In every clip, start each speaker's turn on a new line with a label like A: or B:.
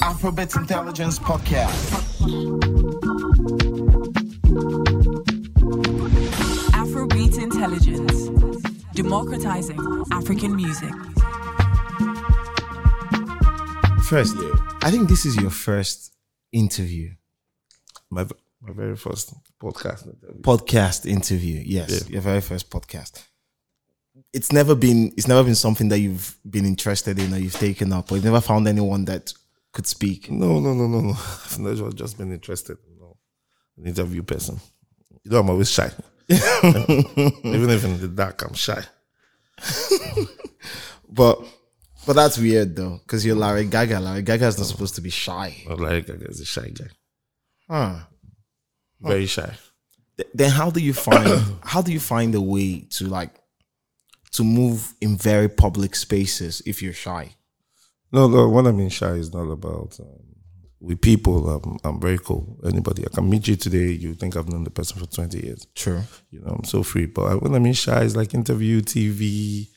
A: Alphabet Intelligence Podcast.
B: Afrobeat Intelligence, democratizing African music.
C: First,
D: Yeah.
C: I think this is your first interview,
D: my v- my very first podcast interview.
C: podcast interview. Yes,
D: Yeah.
C: your very first podcast. It's never been it's never been something that you've been interested in or you've taken up, or you've never found anyone that could speak.
D: No, no, no, no, no. I've never just been interested in an interview person. You know, I'm always shy. Even if in the dark, I'm shy.
C: But but that's weird though, because you're Larry Gaga. Larry Gaga's not supposed to be shy.
D: Not like I guess a shy guy.
C: Huh.
D: Very shy.
C: Th- Then how do you find how do you find a way to like to move in very public spaces if you're shy?
D: No, no. What I mean shy is not about um, with people. I'm, I'm very cool. Anybody, I can meet you today. You think I've known the person for twenty years.
C: True.
D: You know, I'm so free. But when I mean shy, it's like interview, TV.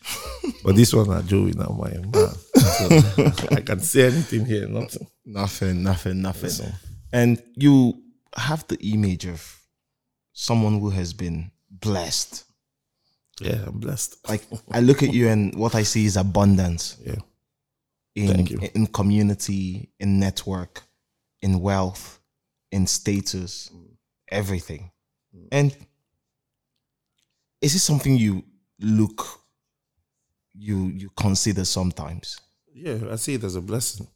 D: but this one I do it now, my man. So, I can say anything here. Nothing.
C: Nothing, nothing, nothing. And you have the image of someone who has been blessed.
D: Yeah, I'm blessed.
C: Like I look at you and what I see is abundance
D: Yeah.
C: in
D: Thank you.
C: in community, in network, in wealth, in status, everything. And is it something you look you you consider sometimes?
D: Yeah, I see it as a blessing.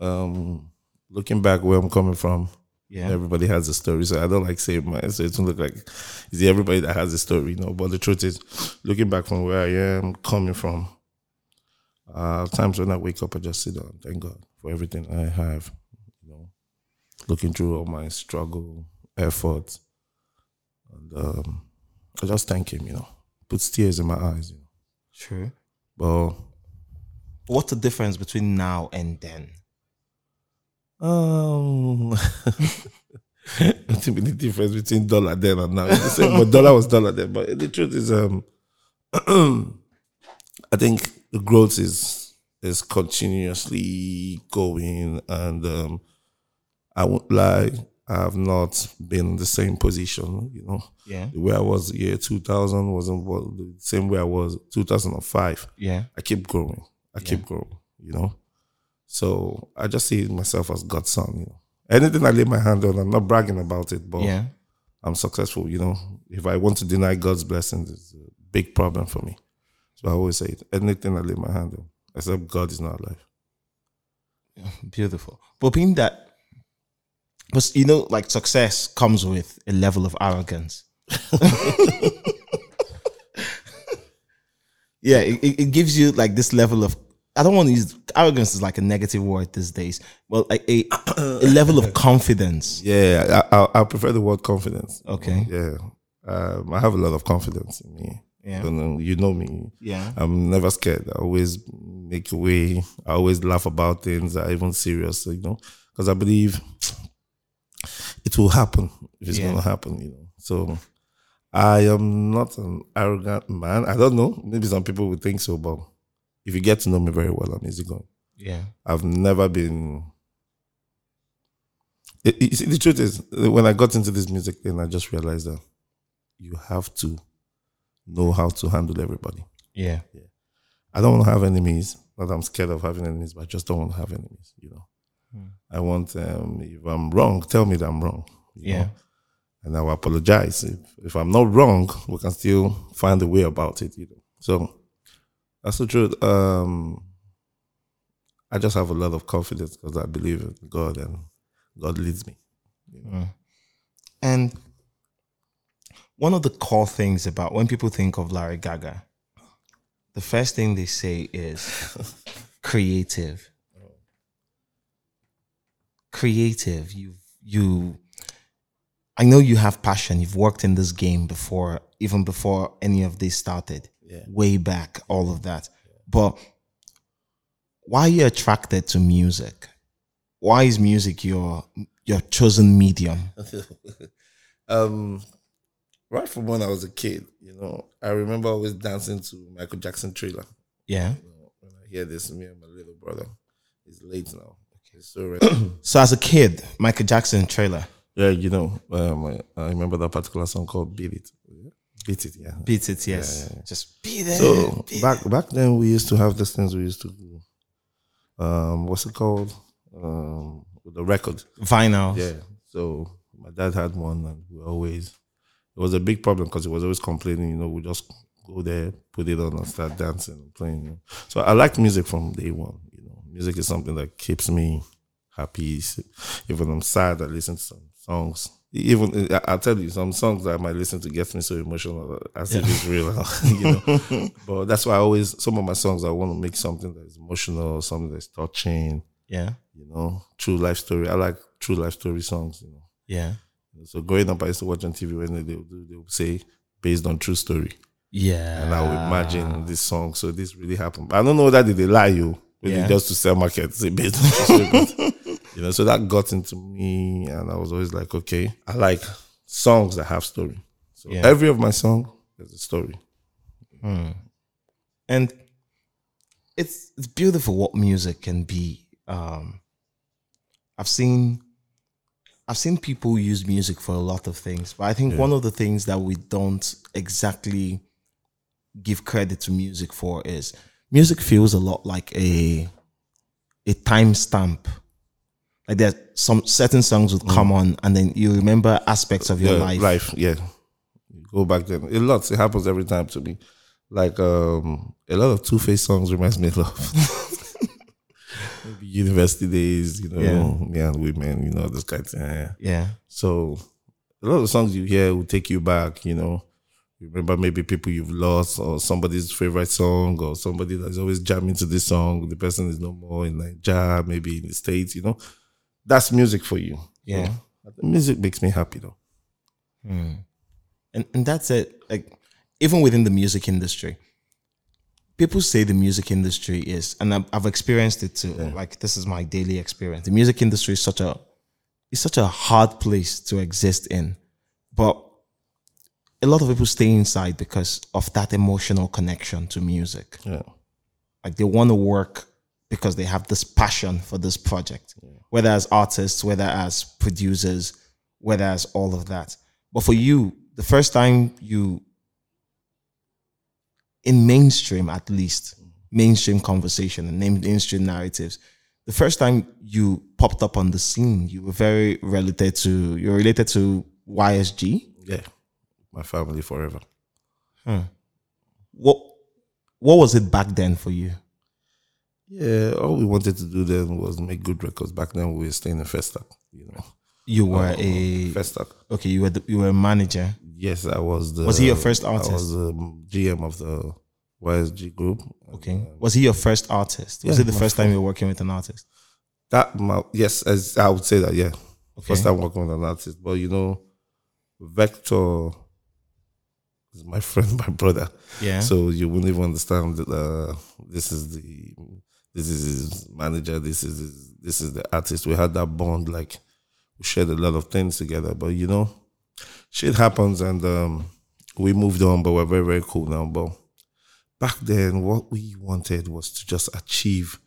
D: Um, looking back where I'm coming from,
C: Yeah.
D: everybody has a story. So I don't like saying mine. So it doesn't look like it's everybody that has a story, you know. But the truth is, looking back from where I am coming from, uh, times when I wake up, I just sit down. Thank God for everything I have, you know. Looking through all my struggle, effort, and um, I just thank Him, you know. Puts tears in my eyes, you know.
C: True.
D: But
C: What's the difference between now and then?
D: Um, I think the difference between dollar then and now. It's the same, but dollar was dollar then. But the truth is, um, I think the growth is is continuously going, and um, I won't lie, I have not been in the same position. You know,
C: Yeah.
D: the way I was the year two thousand wasn't what- the same way I was two thousand and five.
C: Yeah.
D: I keep growing. I keep growing, you know. So I just see myself as God's son, you know. Anything I lay my hand on, I'm not bragging about it, but
C: Yeah.
D: I'm successful, you know. If I want to deny God's blessings, it's a big problem for me. So I always say it. Anything I lay my hand on, except God is not alive.
C: Beautiful. But being that, but you know, like success comes with a level of arrogance. yeah, it, it it gives you like this level of. I don't want to use arrogance is like a negative word these days. Well, like a, a level of confidence.
D: Yeah, I, I, I prefer the word confidence.
C: Okay.
D: Yeah. Um, I have a lot of confidence in me.
C: Yeah.
D: And, um, you know me.
C: Yeah.
D: I'm never scared. I always make a way. I always laugh about things. I even serious, you know, because I believe it will happen if it's
C: Yeah.
D: going to happen, you know. So I am not an arrogant man. I don't know. Maybe some people would think so, but if you get to know me very well, I'm easygoing.
C: Yeah.
D: I've never been. It- it- you see, the truth is, uh, when I got into this music thing, I just realized that you have to know how to handle everybody.
C: Yeah.
D: I don't want to have enemies. Not that I'm scared of having enemies, but I just don't want to have enemies. You know, I want um, if I'm wrong, tell me that I'm wrong. you
C: Yeah.
D: know? and I will apologize if, if I'm not wrong. We can still find a way about it. You know, so that's the truth. Um, I just have a lot of confidence because I believe in God and God leads me.
C: And one of the core things about when people think of Larry Gaga, the first thing they say is creative. Creative. You you I know you have passion. You've worked in this game before, even before any of this started.
D: Yeah.
C: Way back, all of that. But why are you attracted to music? Why is music your your chosen medium?
D: um, right from when I was a kid, you know, I remember always dancing to Michael Jackson Thriller.
C: Yeah.
D: when I hear this, me and my little brother, he's late now. So right.
C: So as a kid, Michael Jackson trailer,
D: yeah, you know, um, I- I remember that particular song called "Beat It." Beat it, yeah.
C: beat it, yes, just beat it.
D: So back back then, we used to have these things. We used to, um, what's it called? Um, the record.
C: vinyl.
D: Yeah. So my dad had one, and we always it was a big problem because he was always complaining. You know, we just go there, put it on, and start dancing and playing. you know. So I liked music from day one. You know, music is something that keeps me happy. Even I'm sad, I listen to some songs. E, Even I- I'll tell you some songs that I might listen to gets me so emotional as if it's real, you know. but that's why I always some of my songs I want to make something that is emotional, something that's touching,
C: yeah,
D: you know, true life story. I like true life story songs, you know.
C: yeah,
D: So growing up, I used to watch on TV when they they would, they would say based on true story,
C: yeah.
D: and I would imagine this song. So this really happened. I don't know whether did they lie you, but
C: Yeah.
D: they just to sell market say based on true story. but, you know, so that got into me, and I was always like, okay, I like songs that have story. So
C: Yeah.
D: every of my song has a story.
C: and it's it's beautiful what music can be. Um, I've seen I've seen people use music for a lot of things, but I think one of the things that we don't exactly give credit to music for is music feels a lot like a a timestamp. Like there's some certain songs would come on and then you remember aspects of your
D: Yeah,
C: life.
D: yeah. You Go back then. It lots. It happens every time to me. Like um a lot of Two Face songs reminds me a lot. of- Maybe University days, you know,
C: Yeah.
D: yeah. and women, you know, this kind of thing. yeah.
C: Yeah.
D: So a lot of songs you hear will take you back, you know. You Remember maybe people you've lost or somebody's favorite song or somebody that's always jamming to this song. The person is no more in Nigeria, maybe in the States, you know. That's music for you.
C: Yeah.
D: So, music makes me happy though.
C: and and that's it. Like even within the music industry, people say the music industry is, and I've, I've experienced it too. Like this is my daily experience. The music industry is such a it's such a hard place to exist in, but a lot of people stay inside because of that emotional connection to music.
D: Yeah.
C: Like they want to work because they have this passion for this project, whether as artists, whether as producers, whether as all of that. But for you, the first time you, in mainstream at least, mainstream conversation and main- mainstream narratives, the first time you popped up on the scene, you were very related to, you're related to YSG.
D: Yeah, my family forever.
C: What, what was it back then for you?
D: Yeah, all we wanted to do then was make good records. Back then, we were staying in Festac, you know.
C: You were Uh,
D: Oh,
C: a,
D: Festac.
C: okay, you were, the, you were a manager.
D: Yes, I was the.
C: Was he your first
D: I
C: artist?
D: was the GM of the YSG group.
C: Okay. Was he your first artist? Was
D: Yeah,
C: it the
D: my
C: first time you were working with an artist?
D: That my, yes, as I would say that yeah. First
C: Okay.
D: time working with an artist, but you know, Vector is my friend, my brother.
C: Yeah.
D: So you wouldn't even understand that uh, this is the this is his manager, this is his, this is the artist. We had that bond, like we shared a lot of things together. But you know, shit happens, and um, we moved on. But we're very very cool now. But back then, what we wanted was to just achieve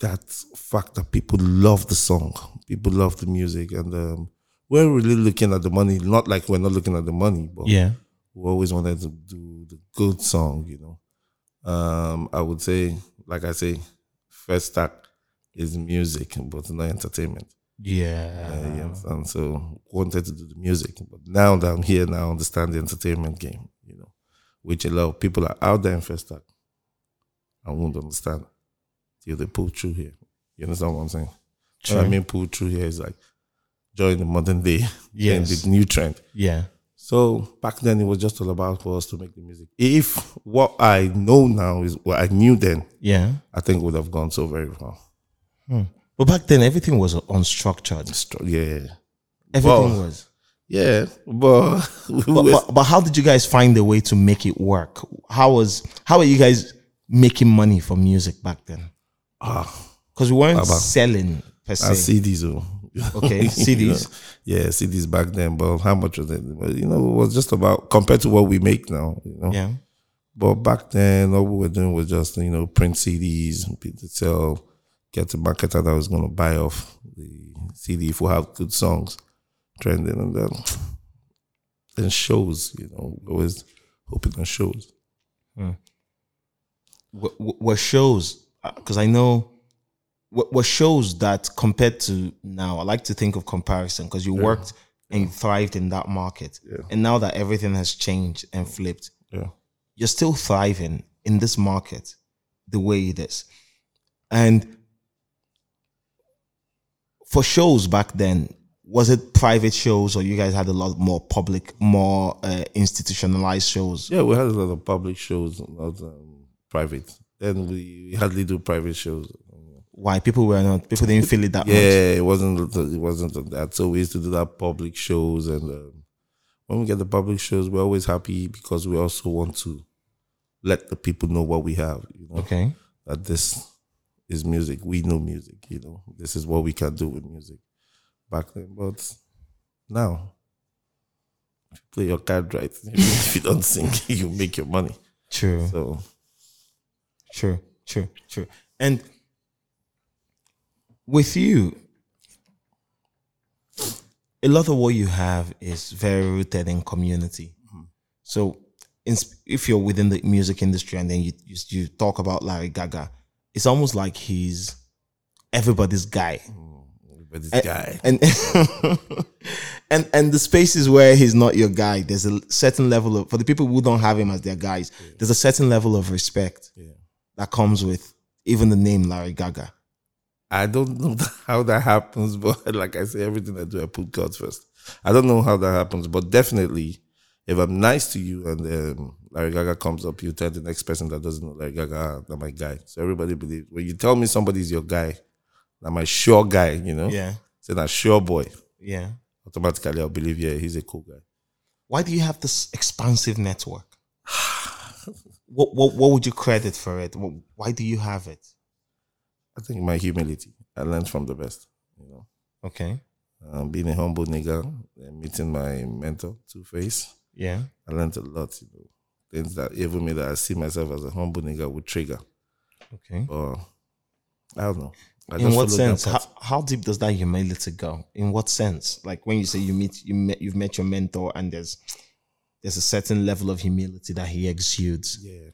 D: that fact that people love the song, people love the music, and um, we're really looking at the money. Not like we're not looking at the money, but
C: Yeah.
D: we always wanted to do the good song, you know. Um, I would say, like I say, first act is music, but not entertainment.
C: Yeah.
D: Uh, you understand? So wanted to do the music, but now that I'm here, now I understand the entertainment game, you know, which a lot of people are out there in first act. I won't understand till they pull through here. You understand what I'm saying? What I
C: True.
D: mean, pull through here is like join the modern day, and
C: Yes.
D: the new trend.
C: Yeah.
D: So back then, it was just all about for us to make the music. If what I know now is what I knew then,
C: Yeah.
D: I think would have gone so very far.
C: But back then everything was unstructured.
D: Stro- Yeah,
C: Everything
D: Well,
C: was.
D: yeah, but, we
C: But,
D: were-
C: but, but how did you guys find a way to make it work? How was how were you guys making money for music back then?
D: ah,
C: Because we weren't selling per se.
D: and CDs, oh.
C: Okay,
D: You
C: CDs.
D: know? yeah, CDs back then. But how much was it? Well, You know, it was just about compared to what we make now. You know,
C: Yeah.
D: But back then, all we were doing was just you know print CDs, people sell get a marketer that was going to buy off the CD if we have good songs trending, and then then shows. You know, always hoping on shows.
C: were- were shows because I know were were shows that compared to now, I like to think of comparison because you worked and thrived in that market, and now that everything has changed and flipped,
D: Yeah.
C: you're still thriving in this market the way it is, and for shows back then. Was it private shows, or you guys had a lot more public, more uh, institutionalized shows?
D: Yeah, we had a lot of public shows, not um, private. Then we, we hardly do private shows.
C: Why people were not people didn't feel it that much.
D: Yeah, it wasn't it wasn't that. So we used to do that public shows, and um, when we get the public shows, we're always happy because we also want to let the people know what we have. You know,
C: Okay.
D: that this is music. We know music. You know, this is what we can do with music back then. But now, if you play your card right, if you don't sing, you make your money.
C: True.
D: So
C: True, true, true. And with you, a lot of what you have is very rooted in community. So, in, sp- if you're within the music industry and then you, you you talk about Larry Gaga, it's almost like he's everybody's guy.
D: but this
C: And-
D: guy.
C: and and and the spaces where he's not your guy there's a certain level of for the people who don't have him as their guys there's a certain level of respect that comes with even the name larry gaga
D: I don't know how that happens, but like I say, everything I do, I put God first. I don't know how that happens, but definitely, if I'm nice to you and um, Larry Gaga comes up, you tell the next person that doesn't know Larry Gaga, ah, that my guy. So everybody believes when you tell me somebody's your guy, that my sure guy, you know,
C: yeah
D: say that sure boy,
C: yeah
D: automatically I'll believe yeah, he's a cool guy.
C: why do you have this expansive network what, what what would you credit for it Wh- why do you have it
D: I think my humility, I learned from the best, you know.
C: okay
D: Um, being a humble nigga, and meeting my mentor, Two Face.
C: yeah
D: I learned a lot, you know, things that even me that I see myself as a humble nigga would trigger.
C: okay
D: Or I don't know. I
C: in what
D: followed that
C: sense how,
D: path.
C: how deep does that humility go in what sense like when you say you meet you met, you've met your mentor and there's there's a certain level of humility that he exudes
D: Yeah.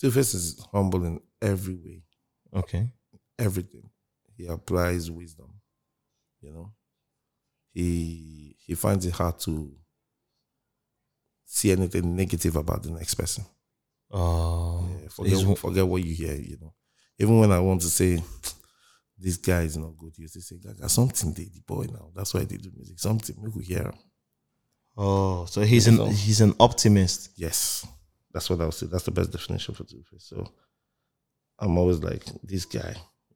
D: Two Face is humble in every way,
C: okay
D: everything. He applies wisdom, you know. He he finds it hard to see anything negative about the next person.
C: oh
D: Yeah, forget, forget what you hear, you know. Even when I want to say this guy is not good, you still say Gaga something did the boy now. That's why they do music. Something we could hear. him."
C: oh so he's an he's an optimist
D: Yes. That's what I would say. That's the best definition for Two Face. So I'm always like, this guy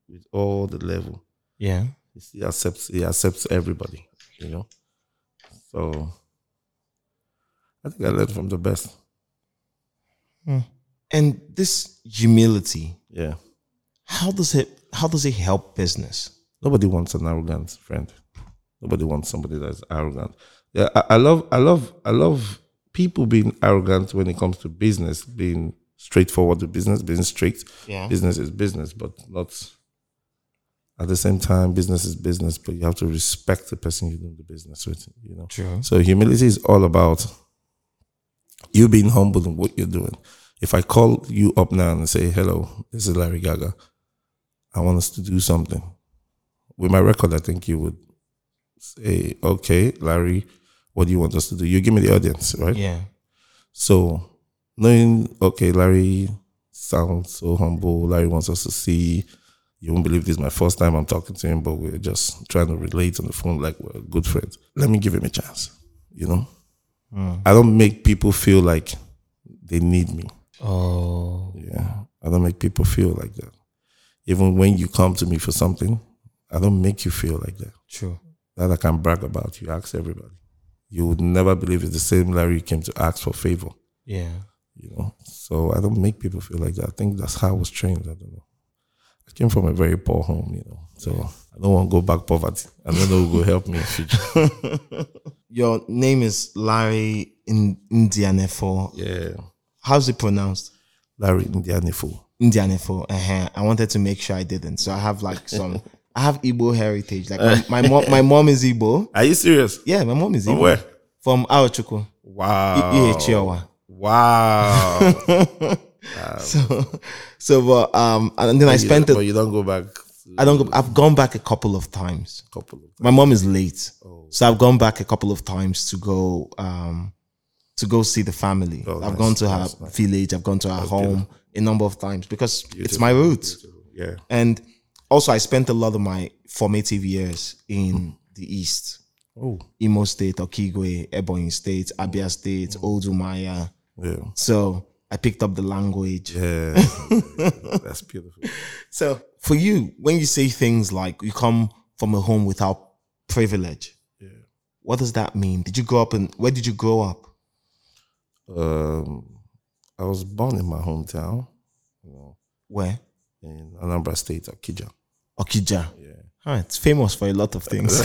D: with all the level.
C: yeah
D: He still accepts he accepts everybody, you know. So I think I learned from the best.
C: and this humility
D: Yeah.
C: how does it how does it help business
D: Nobody wants an arrogant friend. Nobody wants somebody that's arrogant. Yeah, I, I love, I love, I love people being arrogant when it comes to business, being straightforward with business, being strict.
C: Yeah.
D: Business is business, but not. At the same time, business is business, but you have to respect the person you're doing the business with. You know.
C: True.
D: So humility is all about you being humble in what you're doing. If I call you up now and say, "Hello, this is Larry Gaga," I want us to do something. With my record, I think you would say, okay, Larry, what do you want us to do? You give me the audience, right?
C: yeah
D: So knowing, okay, Larry sounds so humble. Larry wants us to see. You won't believe this is my first time I'm talking to him, but we're just trying to relate on the phone like we're good friends. Let me give him a chance, you know? I don't make people feel like they need me.
C: oh
D: Yeah. I don't make people feel like that. Even when you come to me for something, I don't make you feel like that.
C: true
D: That I can brag about. You ask everybody. You would never believe it's the same Larry came to ask for favor.
C: yeah
D: You know. So I don't make people feel like that. I think that's how I was trained. I don't know. I came from a very poor home, you know. So I don't want to go back poverty. I don't know who will help me in future.
C: your name is larry in indianefo
D: yeah.
C: how's it pronounced
D: Larry Indianifo.
C: Indian info. uh I wanted to make sure I didn't. So I have like some. I have Igbo heritage. Like my, my mom, my mom is Igbo.
D: Are you serious?
C: Yeah, my mom is
D: From
C: Igbo.
D: where?
C: From Aochuku. E
D: Wow.
C: Chihuahua.
D: Wow.
C: So, so but um, and then I
D: You
C: spent.
D: don't- Oh. but
C: it.
D: you don't go back to
C: I don't. Go, I've gone back a couple of times.
D: a couple of
C: My mom is late,
D: Oh.
C: so I've gone back a couple of times to go um to go see the family.
D: Oh,
C: I've
D: nice,
C: gone to her
D: nice, nice.
C: village. I've gone to her home a number of times because it's my roots.
D: yeah.
C: And also, I spent a lot of my formative years in the East.
D: Hmm. Oh.
C: Imo State, Okigwe, Ebonyi State, Abia State,
D: Hmm.
C: Odumaya.
D: Yeah.
C: So I picked up the language.
D: Yeah. That's beautiful.
C: So for you, when you say things like you come from a home without privilege,
D: Yeah.
C: what does that mean? Did you grow up in where did you grow up?
D: Um I was born in my hometown, you know,
C: Where?
D: in Anambra State, Akija.
C: Okija.
D: Yeah.
C: Ah, it's famous for a lot of things.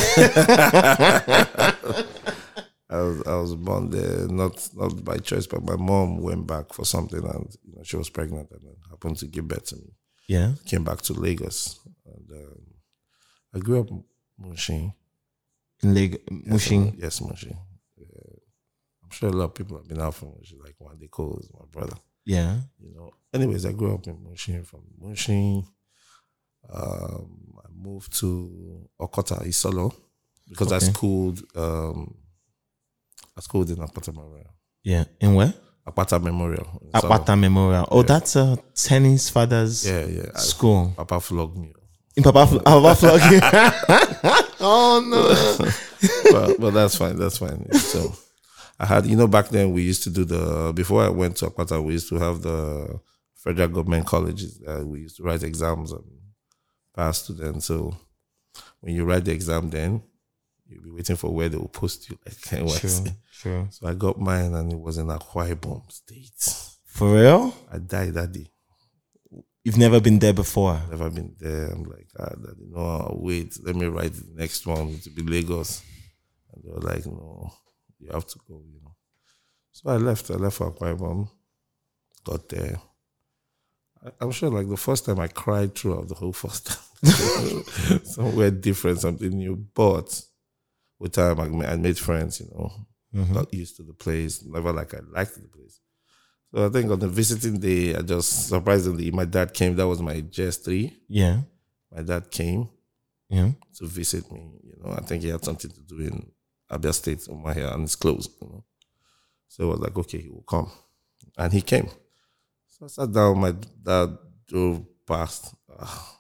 D: I was I was born there, not not by choice, but my mom went back for something, and you know, she was pregnant, and then happened to give birth to me.
C: yeah.
D: Came back to Lagos, and um, I grew up in Mushin.
C: In Leg- Mushin.
D: Yes, Mushin. Yeah. I'm sure a lot of people have been out from Mushin, like one they call is my brother.
C: Yeah.
D: You know. Anyways, I grew up in Mushin. From Mushin, um, I moved to Okota Isolo because I
C: Okay.
D: schooled. Um, I schooled in Apata Memorial.
C: Yeah. In where?
D: Apata Memorial. in Isolo.
C: Apata Memorial. Oh, that's a tennis father's
D: Yeah, yeah. I-
C: school.
D: Papa flogged me.
C: In Papa, Fl- Papa Flog. oh no.
D: Well, well, that's fine. That's fine. So, I had you know back then we used to do the before I went to Akpata we used to have the federal government colleges. Uh, we used to write exams and pass students. So when you write the exam, then you'll be waiting for where they will post you like
C: True.
D: NYC.
C: True.
D: So I got mine and it was in Akwa Ibom State.
C: For real?
D: I died that day.
C: You've never been there before.
D: Never been there. I'm like, ah, daddy, no, wait, let me write the next one to be Lagos. And they were like, no, you have to go, you know. So I left. I left for Akwa Ibom. Got there. I, I'm sure, like the first time I cried throughout the whole first time. Somewhere different, something new. But with time, I ma- I made friends, you know. Got used to the place. Never like I liked the place. So I think on the visiting day, I just surprisingly, my dad came. That was my GS3.
C: Yeah.
D: My dad came
C: Yeah.
D: to visit me. You know, I think he had something to do in Abia State somewhere here, and it's closed. You know, so I was like, okay, he will come, and he came. So I sat down. My dad drove past. Ah,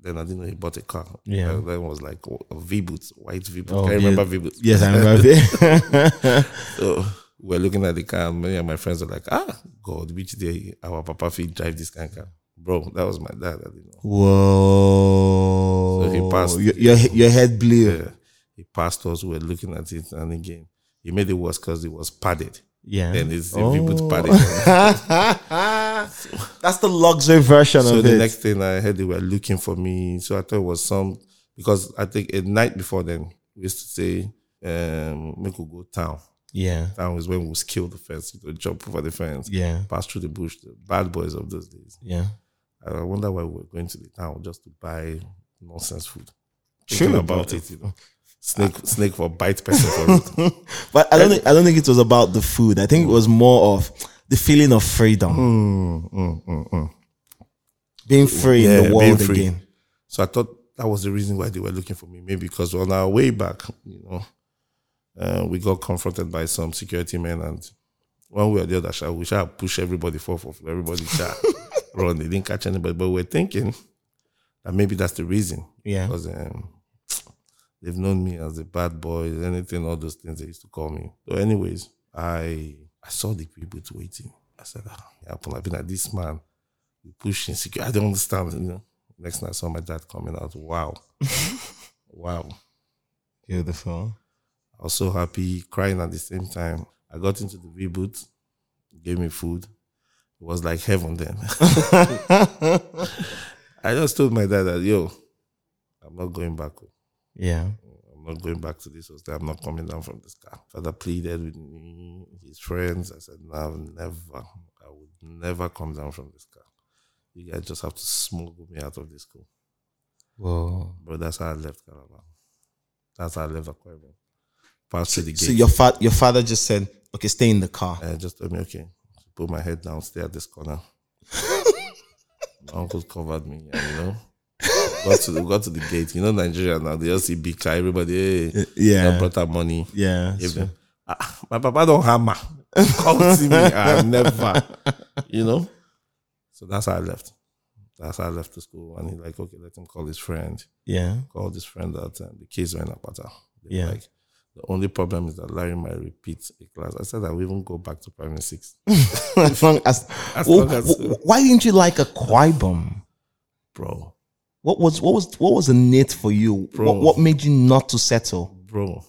D: then I didn't know he bought a car.
C: Yeah.
D: And then it was like a V boot, white V boot.
C: Oh,
D: Can
C: yeah.
D: you remember V boot?
C: Yes, I remember it.
D: So we're looking at the car, and many of my friends were like, ah, God, which day our papa fit drive this kind of car? Bro, that was my dad. I didn't know.
C: Whoa.
D: So he passed.
C: Your, your, your head blew.
D: Yeah. The pastors were looking at it, and again, he made it worse because it was padded.
C: Yeah.
D: Then it's
C: Oh.
D: oh. reboot padded.
C: That's the luxury version
D: so
C: of
D: the
C: it.
D: next thing I heard, they were looking for me. So I thought it was some because I think a night before then we used to say, um, "Make we go town."
C: yeah.
D: Town is when we scale the fence, you know, jump over the fence,
C: Yeah.
D: pass through the bush. The bad boys of those days.
C: Yeah.
D: I wonder why we were going to the town just to buy nonsense food.
C: True,
D: Thinking about
C: but-
D: it, you know. Snake, snake for bite person for it.
C: But I don't think, I don't think it was about the food. I think it was more of the feeling of freedom. Mm, Being free in
D: Yeah,
C: the
D: being
C: world
D: free.
C: again.
D: So I thought that was the reason why they were looking for me. Maybe because on our way back, you know, uh, we got confronted by some security men, and one way or the other, shall we shall push everybody forth of everybody shall run. They didn't catch anybody, but we're thinking that maybe that's the reason.
C: Yeah.
D: because um, they've known me as a bad boy, anything, all those things they used to call me. So, anyways, I I saw the people waiting. I said, ah, it happened. I've been like, this man, we pushing security. I don't understand. You know, next thing I saw my dad coming out. Wow, wow.
C: Beautiful.
D: I was so happy, crying at the same time. I got into the V boot, gave me food. It was like heaven then. I just told my dad that, yo, I'm not going back. home.
C: Yeah.
D: I'm not going back to this hostel. I'm not coming down from this car. Father pleaded with me, his friends. I said, no, I've never, I would never come down from this car. you guys just have to smuggle me out of this school.
C: Whoa.
D: But that's how I left Calabar. That's how I left Aquarium. Past the gate.
C: So your fa- your father just said, okay, stay in the car.
D: And I just told me, okay, put my head down, stay at this corner. my uncles covered me, and, you know. got to the, got to the gate. You know, Nigeria now, they just see big car, everybody, hey,
C: yeah.
D: I brought out money.
C: Yeah.
D: If-
C: so-
D: Ah, my papa don't hammer. Come see me, I never, you know. So that's how I left. That's how I left the school. And he like, okay, let him call his friend.
C: yeah.
D: Called his friend that time. The kids were in Apata. They were
C: Yeah.
D: Like, the only problem is that Larry might repeat a class. I said I will even go back to primary six.
C: as long as,
D: As
C: Well,
D: long as-
C: w- why didn't you like a quibum?
D: Bro,
C: What was what was what was the need for you?
D: Bro.
C: What, what made you not to settle?
D: bro.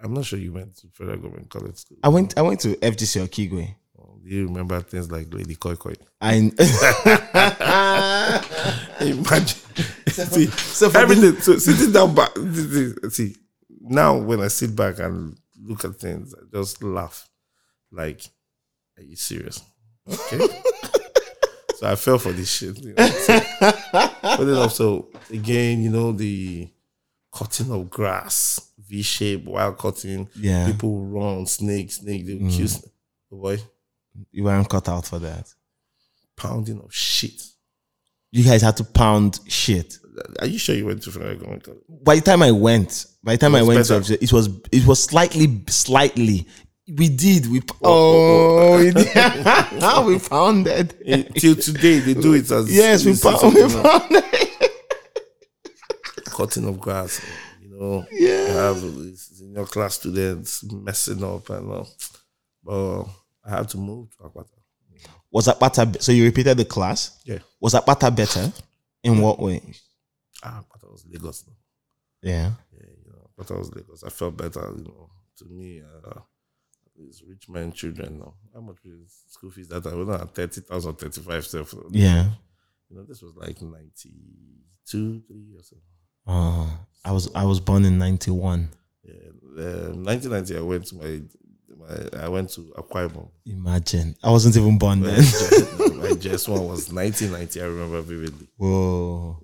D: I'm not sure you went to federal government college school.
C: I went I went to FGC Okigwe.
D: Do you remember things like Lady Koi Koi?
C: I
D: Imagine. see,
C: so for
D: everything. so sitting down back. See, see, now when I sit back and look at things, I just laugh. Like, are you serious? Okay. so I fell for this shit. You know? so, but then also, again, you know, the cutting of grass, V shape, wild cutting.
C: Yeah. Mm.
D: People run, snake, snake, they would kill snake. Boy,
C: you weren't cut out for that.
D: pounding of shit.
C: You guys had to pound shit.
D: Are you sure you went to Federal Government College?
C: By the time I went, by the time I
D: was
C: went to
D: better.
C: FGC, it was it was slightly slightly. We did. We oh, we, did. we pounded.
D: It- Eh, till today they do it as
C: Yes, we
D: it's
C: found,
D: something
C: we
D: like
C: found it.
D: cutting of grass. You know,
C: Yeah.
D: you have senior class students messing up and all. But I had to move to Akwata.
C: Was Apata be- so you repeated the class?
D: Yeah,
C: Was Apata better? In what way?
D: ah, Akwata was Lagos. now.
C: Yeah.
D: Yeah, you know, Akwata was Lagos. I felt better. You know, to me, uh, it's rich men children now. How much is school fees that I was not thirty thousand, thirty five self.
C: Yeah.
D: You know, this was like ninety two, three or so.
C: Oh, I was I was born in ninety one.
D: Yeah, um, 1990, I went to my, my I went to Akwa Ibom.
C: Imagine. I wasn't even born
D: My
C: then.
D: GS my GS one was 1990. I remember vividly.
C: Whoa.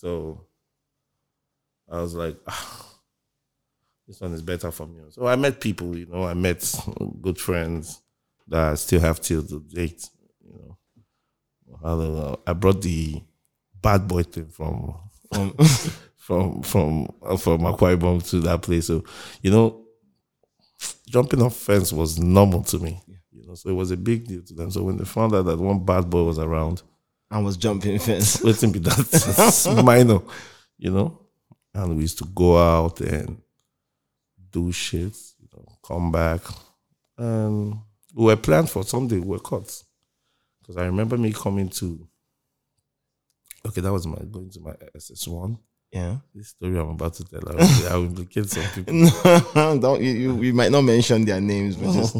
D: So I was like, "Ah, this one is better for me. So I met people, you know, I met good friends that I still have till the date. You know, I, don't know. I brought the bad boy thing from
C: Um,
D: from from uh, from Akwa Ibom to that place. So, you know, jumping off fence was normal to me. You know, so it was a big deal to them. So when they found out that one bad boy was around,
C: I was jumping fence.
D: let him be that It's minor, you know. And we used to go out and do shit, you know, come back. And we were planned for someday we were caught. Because I remember me coming to okay, that was my going to my SS one
C: Yeah.
D: this story I'm about to tell, I will, I will implicate some people.
C: Don't you, you we might not mention their names, but just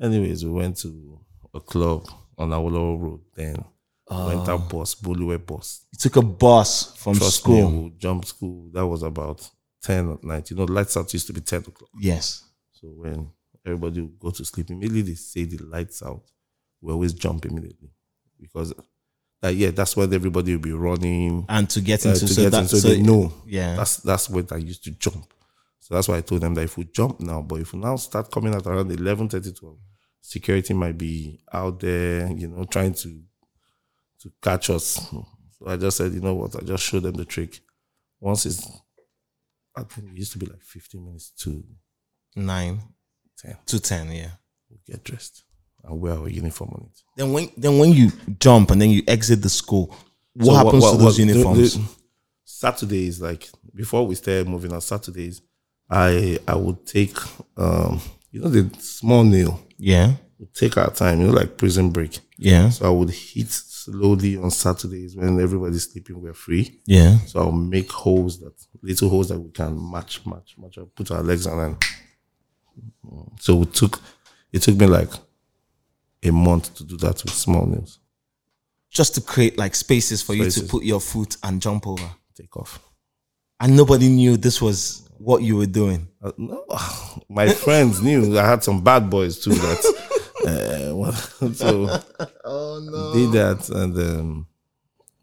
D: Anyways, we went to a club on Awolowo Road. Then went out bus, Boluwe bus.
C: you took a bus from
D: Trust
C: school.
D: me, we jumped school. That was about ten at night. You know, lights out used to be ten o'clock.
C: Yes.
D: So when everybody would go to sleep, immediately they say the lights out. We always jump immediately because that yeah, that's when everybody will be running.
C: And to get
D: uh,
C: into
D: to
C: so
D: get
C: that
D: in, so they know.
C: Yeah.
D: that's that's when I used to jump. So that's why I told them that if we jump now, but if we now start coming at around 11, 12, security might be out there, you know, trying to to catch us. So I just said, you know what? I just showed them the trick. Once it's, I think it used to be like 15 minutes to
C: nine
D: 10,
C: to ten, yeah.
D: we get dressed and wear our uniform on it.
C: Then when then when you jump and then you exit the school, what
D: So
C: happens to those
D: what- the-
C: uniforms?
D: the- Saturdays, like before we started moving on Saturdays, I I would take um you know the small nail.
C: yeah.
D: We take our time, you know, like prison break.
C: Yeah.
D: So I would hit slowly on Saturdays when everybody's sleeping, we're free.
C: Yeah.
D: So I'll make holes that little holes that we can match, match, match. I put our legs on and so it took it took me like a month to do that with small nails.
C: Just to create like spaces for you
D: Spaces.
C: to put your foot and jump over.
D: Take off.
C: And nobody knew this was what you were doing.
D: Uh, no, my friends knew I had some bad boys too that uh, well, so
C: Oh no.
D: did that and um,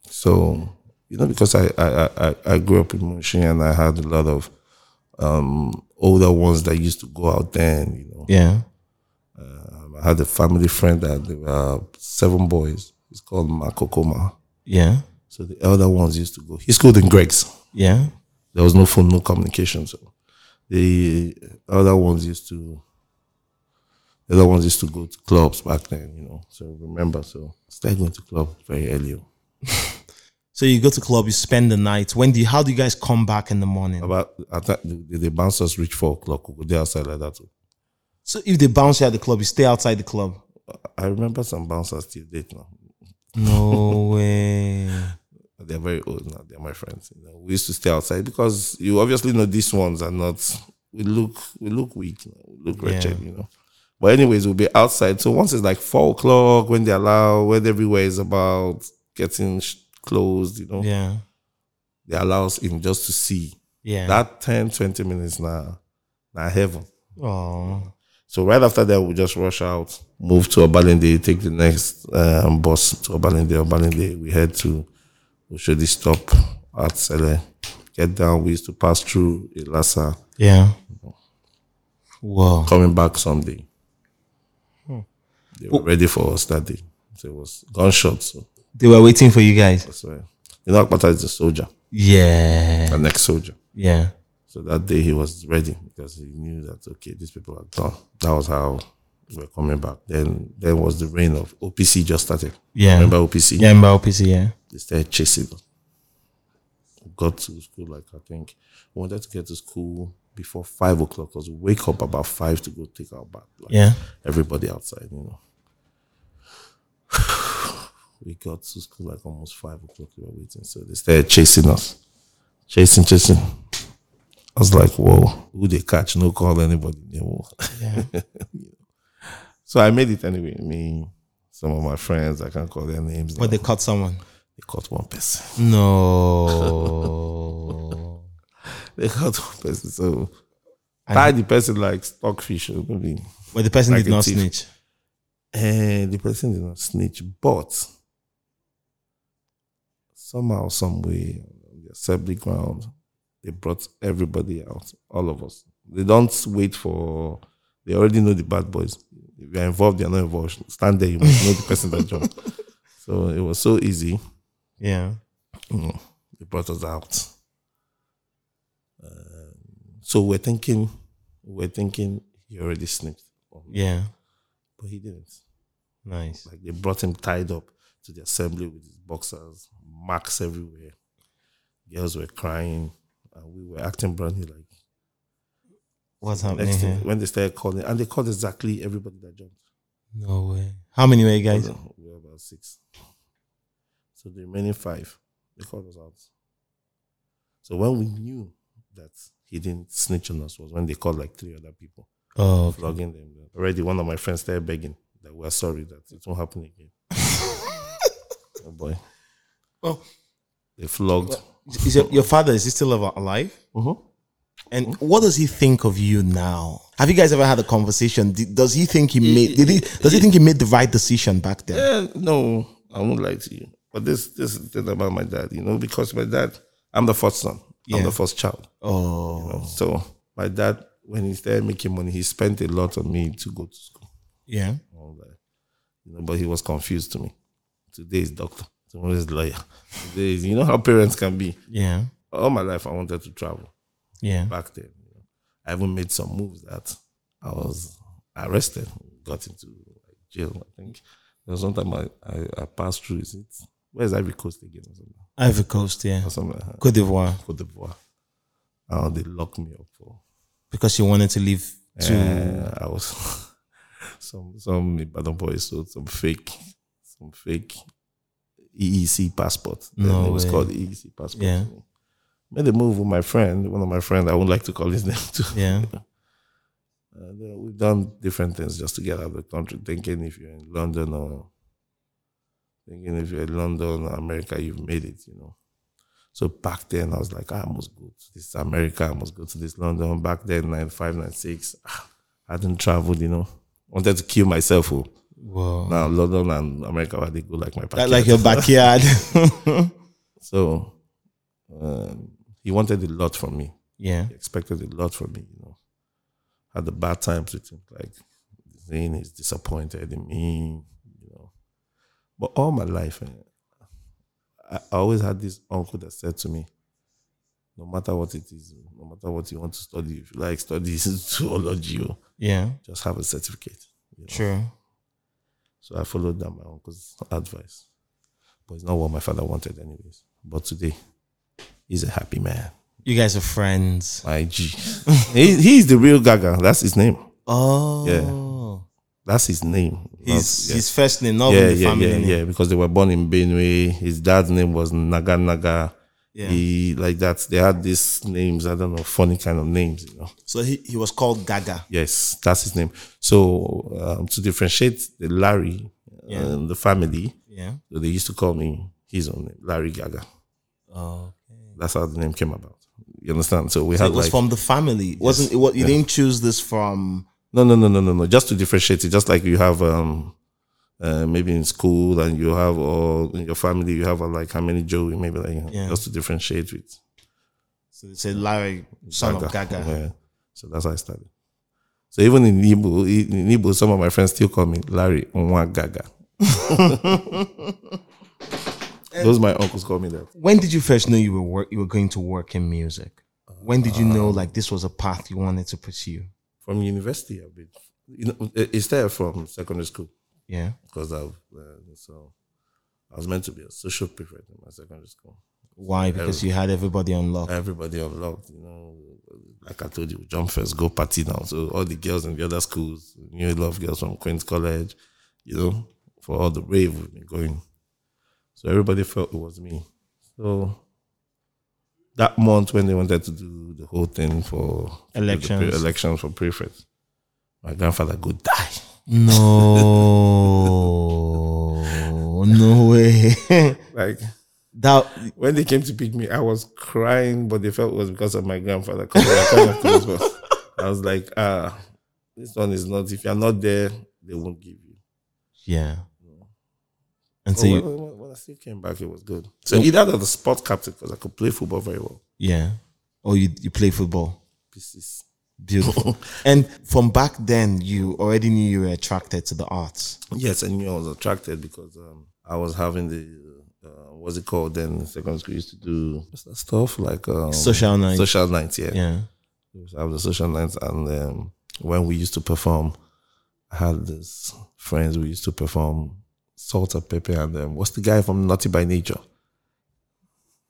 D: so you know because I, I I I grew up in Mushi and I had a lot of um older ones that used to go out there and you know
C: Yeah.
D: um, I had a family friend that there were seven boys it's called Makokoma
C: Yeah.
D: so the elder ones used to go he schooled in Greg's
C: Yeah.
D: there was no phone no communication so the other ones used to the other ones used to go to clubs back then you know so remember so started going to club very early oh.
C: So you go to club, you spend the night. When do you, how do you guys come back in the morning?
D: About at that, the, the bouncers reach four o'clock. We go there outside like that. oh.
C: So if they bounce you at the club, you stay outside the club.
D: I remember some bouncers still date now.
C: No way.
D: They're very old now. They're my friends. You know, we used to stay outside because you obviously know these ones are not. We look, we look weak. You know, we look wretched. You know. But anyways, we'll be outside. So once it's like four o'clock, when they allow, when everywhere is about getting sh- closed, you know,
C: Yeah.
D: they allow us in just to see
C: Yeah.
D: that 10, 20 minutes now, now heaven.
C: oh.
D: So right after that, we just rush out, move to Obalende, take the next um, bus to Obalende. Obalende, we head to Oshodi stop at Sele. Get down. We used to pass through Ilasa,
C: Yeah. Whoa.
D: coming back Sunday. They were ready for us that day. So it was gunshots. So
C: They were waiting for you guys.
D: that's why. You know, Akpata is a soldier,
C: Yeah.
D: an next soldier.
C: Yeah.
D: So that day he was ready because he knew that okay, these people are done. That was how we were coming back. Then then was the reign of OPC just started.
C: Yeah.
D: Remember OPC?
C: Yeah, Mbao PC, yeah.
D: They started chasing us. We got to school like I think we wanted to get to school before five o'clock because we wake up about five to go take our bath. Like
C: Yeah.
D: everybody outside, you know. we got to school like almost five o'clock. We were waiting, so they started chasing us, chasing, chasing. I was like, "Whoa, who they catch? No call anybody." They will. so I made it anyway. Me, some of my friends, I can't call their names.
C: But
D: now.
C: they caught someone.
D: they caught one person.
C: No.
D: They caught one person. So tie the person like stockfish or maybe.
C: but the person
D: Like
C: did
D: a
C: not
D: thief.
C: snitch.
D: And Eh, the person did not snitch, but somehow, some way, on the assembly ground, they brought everybody out, all of us. They don't wait for. They already know the bad boys. If you are involved, you are not involved. Stand there, you must know the person that jumped. So it was so easy.
C: Yeah.
D: Mm. They brought us out. Um, so we're thinking, we're thinking he already snitched,
C: Yeah.
D: but he didn't.
C: Nice.
D: Like they brought him tied up to the assembly with his boxers, marks everywhere. Girls were crying, and we were acting brand new. Like
C: What's happening
D: next
C: here?
D: thing, when they started calling, and they called exactly everybody that jumped.
C: No way. How many were you guys?
D: We were about six. So the remaining five, they called us out. So when we knew that he didn't snitch on us was when they called like three other people,
C: Oh, okay.
D: flogging them. Already one of my friends started begging that we're sorry that it won't happen again. oh boy.
C: Well-
D: they flogged.
C: Is your, your father is he still ava- alive?
D: Mhm.
C: And what does he think of you now? Have you guys ever had a conversation? Did, does he think he made? Did he, does he think he made the right decision back then?
D: Eh, no, I won't lie to you. But this this is the thing about my dad, you know, because my dad, I'm the first son.
C: Yeah.
D: I'm the first child.
C: Oh,
D: So my dad, when he started making money, he spent a lot on me to go to school.
C: yeah,
D: All that. You know, but he was confused to me. Today is doctor, tomorrow is lawyer. Today is you know how parents can be.
C: yeah,
D: All my life I wanted to travel
C: yeah.
D: back then. you know. I even made some moves that I was arrested, got into like, jail. I think there was one time I, I, I passed through. Is it where is Ivory Coast again or something?
C: Ivory Coast, yeah,
D: Or something like that.
C: Cote d'Ivoire,
D: Cote d'Ivoire. Oh, they locked me up for
C: because you wanted to leave to. Eh.
D: Uh, I was some some Ibadan boys sold some fake some fake EEC passport. Then
C: No
D: it was
C: way.
D: called EEC passport.
C: Yeah.
D: Made a move with my friend, one of my friends. I would like to call his name too.
C: Yeah.
D: Uh, then we've done different things just to get out of the country. Thinking if you're in London or thinking if you're in London or America, you've made it, you know. So back then, I was like, "Ah, I must go to this America. I must go to this London. Back then, 95, 96, I hadn't traveled, you know. wanted to kill myself. Oh.
C: Whoa.
D: Now London and America, where they go like my
C: That
D: backyard.
C: like your backyard.
D: so um, he wanted a lot from me.
C: yeah.
D: He expected a lot from me. You know, had the bad times with him. Like Zane is disappointed in me. You know, but all my life, eh, I I always had this uncle that said to me, "No matter what it is, no matter what you want to study, if you like study zoology, oh,
C: Yeah.
D: just have a certificate." you know.
C: True.
D: So I followed that my uncle's advice. But it's not what my father wanted, anyways. But today, he's a happy man.
C: You guys are friends.
D: My G. he, he's the real Gaga. That's his name.
C: Oh.
D: That's his name.
C: His,
D: That's- yeah.
C: his first name, not
D: yeah,
C: even the
D: yeah,
C: family
D: yeah,
C: name.
D: yeah, because they were born in Benue. His dad's name was Naga Naga.
C: Yeah.
D: He like that. They had these names. I don't know, funny kind of names, you know.
C: So he, he was called Gaga.
D: Yes, that's his name. So um, to differentiate the Larry
C: Yeah.
D: and the family,
C: Yeah.
D: they used to call me his own name, Larry Gaga.
C: Oh.
D: That's how the name came about. You understand? So we
C: So
D: had
C: it was
D: like
C: from the family. Wasn't it? What you didn't choose this from?
D: no, no, no, no, no, no. Just to differentiate it, just like you have um, uh, maybe in school and you have all in your family, you have uh, like how many Joey, maybe like you know,
C: Yeah.
D: just to differentiate with
C: So they said Larry, son of Gaga.
D: Yeah. So that's how I started. So even in Igbo, in Igbo, some of my friends still call me Larry Nwa Gaga. Those my uncles call me that.
C: When did you first know you were work, you were going to work in music? When did you
D: Uh,
C: know like this was a path you wanted to pursue?
D: From university, I've been, you know, it- it's there from secondary school.
C: Yeah.
D: because I've uh, so I was meant to be a social prefect in my secondary school.
C: Why? Because you had everybody on lock.
D: Everybody unlocked, you know. Like I told you, jump first, go party now. So all the girls in the other schools, knew a lot of girls from Queen's College, you know, for all the rave we've been going. So everybody felt it was me. So that month when they wanted to do the whole thing for the pre-
C: Elections.
D: elections for prefect, my grandfather go die.
C: No. no way.
D: Like
C: that
D: when they came to pick me, I was crying, but they felt it was because of my grandfather. 'Cause I kind of close, but I was like, ah, this one is not. If you're not there, they won't give you.
C: yeah. And
D: But
C: so
D: when,
C: you, Mm.
D: when- when I still came back, it was good. So either I was a sport captain because I could play football very well.
C: yeah. Oh, you you play football.
D: Pieces.
C: Beautiful. and from back then, you already knew you were attracted to the arts.
D: Yes, I knew I was attracted because um, I was having the. Uh, what's it called then? in Secondary school used to do stuff like um,
C: Oh. Social night.
D: social nights, yeah.
C: yeah.
D: I was a social nights, and um, when we used to perform, I had this friends we used to perform Salt and Pepper, and um, what's the guy from Naughty by Nature?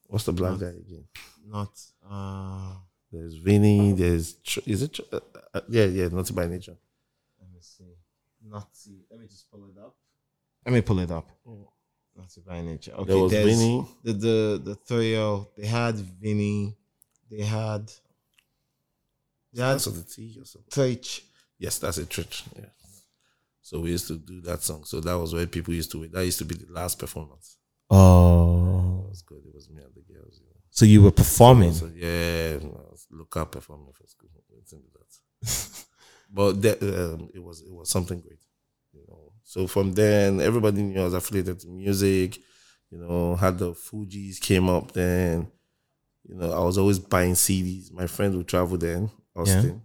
D: What's the black guy again?
C: Not. Uh,
D: There's Vinny. There's Tr- is it? Tr- uh, uh, yeah, yeah, Naughty by Nature.
C: let me see. Nazi. Let me just pull it up. Let me pull it up. Nazi by nature. Okay.
D: There was
C: there's
D: Vinny.
C: The the the trio. They had Vinny. They had. They had
D: That's of the tea or something.
C: Teach.
D: Yes, that's a church. Yeah. So we used to do that song. So that was where people used to wait. That used to be the last performance. It
C: Oh.
D: was good. It was me and the girls. You know.
C: So you were performing.
D: So yeah, I was local performing for school. It's into that. but that, um, it was it was something great, you know. So from then, everybody knew I was affiliated to music. You know, had the Fuji's came up then. You know, I was always buying CDs. My friends would travel then, Austin.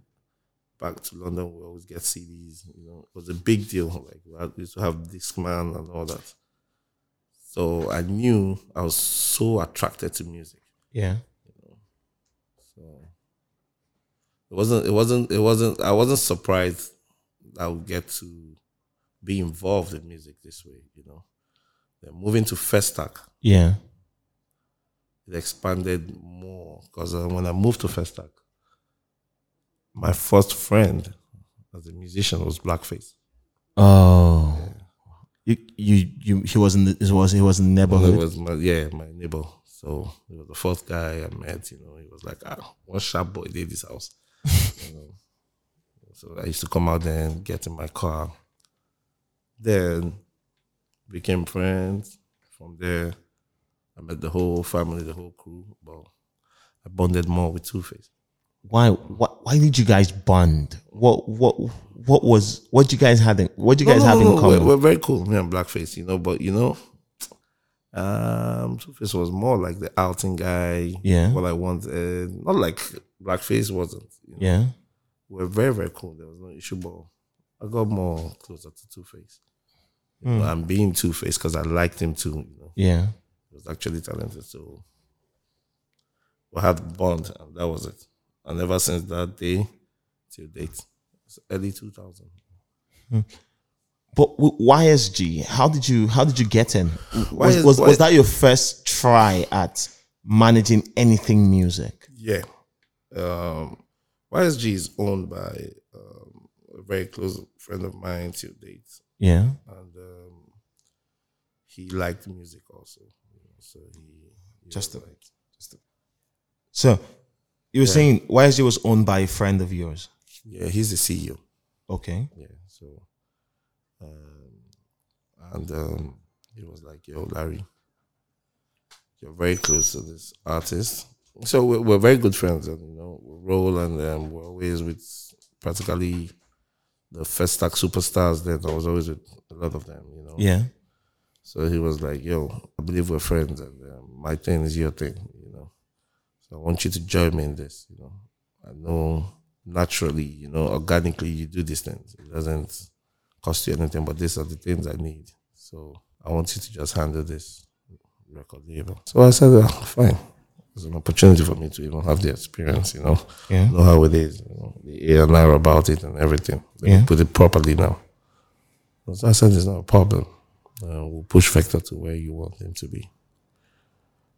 D: Back to London, we always get CDs. You know, it was a big deal. Like we had- we used to have Discman and all that. So I knew I was so attracted to music.
C: Yeah.
D: So it wasn't it wasn't it wasn't I wasn't surprised I would get to be involved in music this way, you know. Then moving to Festac,
C: Yeah.
D: it expanded more because uh, when I moved to Festac, my first friend as a musician was Blackface.
C: Oh. You, you you he was in the he was he was in the
D: Well,
C: neighborhood.
D: it was my yeah, my neighbor. So he was the first guy I met. You know, he was like, ah, one sharp boy did this house. you know. So I used to come out there and get in my car. Then became friends. From there, I met the whole family, the whole crew. But I bonded more with Two Face.
C: why why, why did you guys bond? What what what was what you guys had in, what you guys
D: no,
C: have
D: no,
C: in
D: no, we're-
C: common?
D: We're, very cool, me and Blackface, you know. But you know, um, Two Face was more like the outing guy.
C: Yeah.
D: what I wanted, not like Blackface wasn't. You know?
C: yeah.
D: We're very very cool. There was no issue, but I got more closer to Two Face.
C: Hmm.
D: I'm being Two Face because I liked him too. You know,
C: Yeah.
D: he was actually talented, so we had bond, and that was it. And ever since that day till date, it's early two thousand.
C: But w- YSG, how did you how did you get in? Was
D: is-
C: was,
D: why-
C: was that your first try at managing anything music?
D: Yeah. Um, YSG is owned by um, a very close friend of mine till date,
C: Yeah.
D: and um, he liked music also. you know, So he, he
C: Just
D: was
C: a-
D: like,
C: So you were saying YSG was owned by a friend of yours.
D: yeah, he's the E CEO.
C: Okay.
D: Yeah, so um, and um, he was like, "Yo, Larry, you're very close to this artist." So we're, we're very good friends, and you know, we roll, and um, we're always with practically the first stack superstars. Then I was always with a lot of them, you know.
C: Yeah.
D: So he was like, "Yo, I believe we're friends, and um, my thing is your thing, you know. So I want you to join me in this, you know. I know naturally, you know, organically, you do these things. It doesn't cost you anything, but these are the things I need. So I want you to just handle this record label." So I said, "Ah, "Fine." It's an opportunity for me to even have the experience, you know,
C: Yeah.
D: know how it is, you know, the A and R about it and everything. Let
C: Yeah.
D: me put it properly now. So I said, it's not a problem. Uh, we'll push Vector to where you want him to be.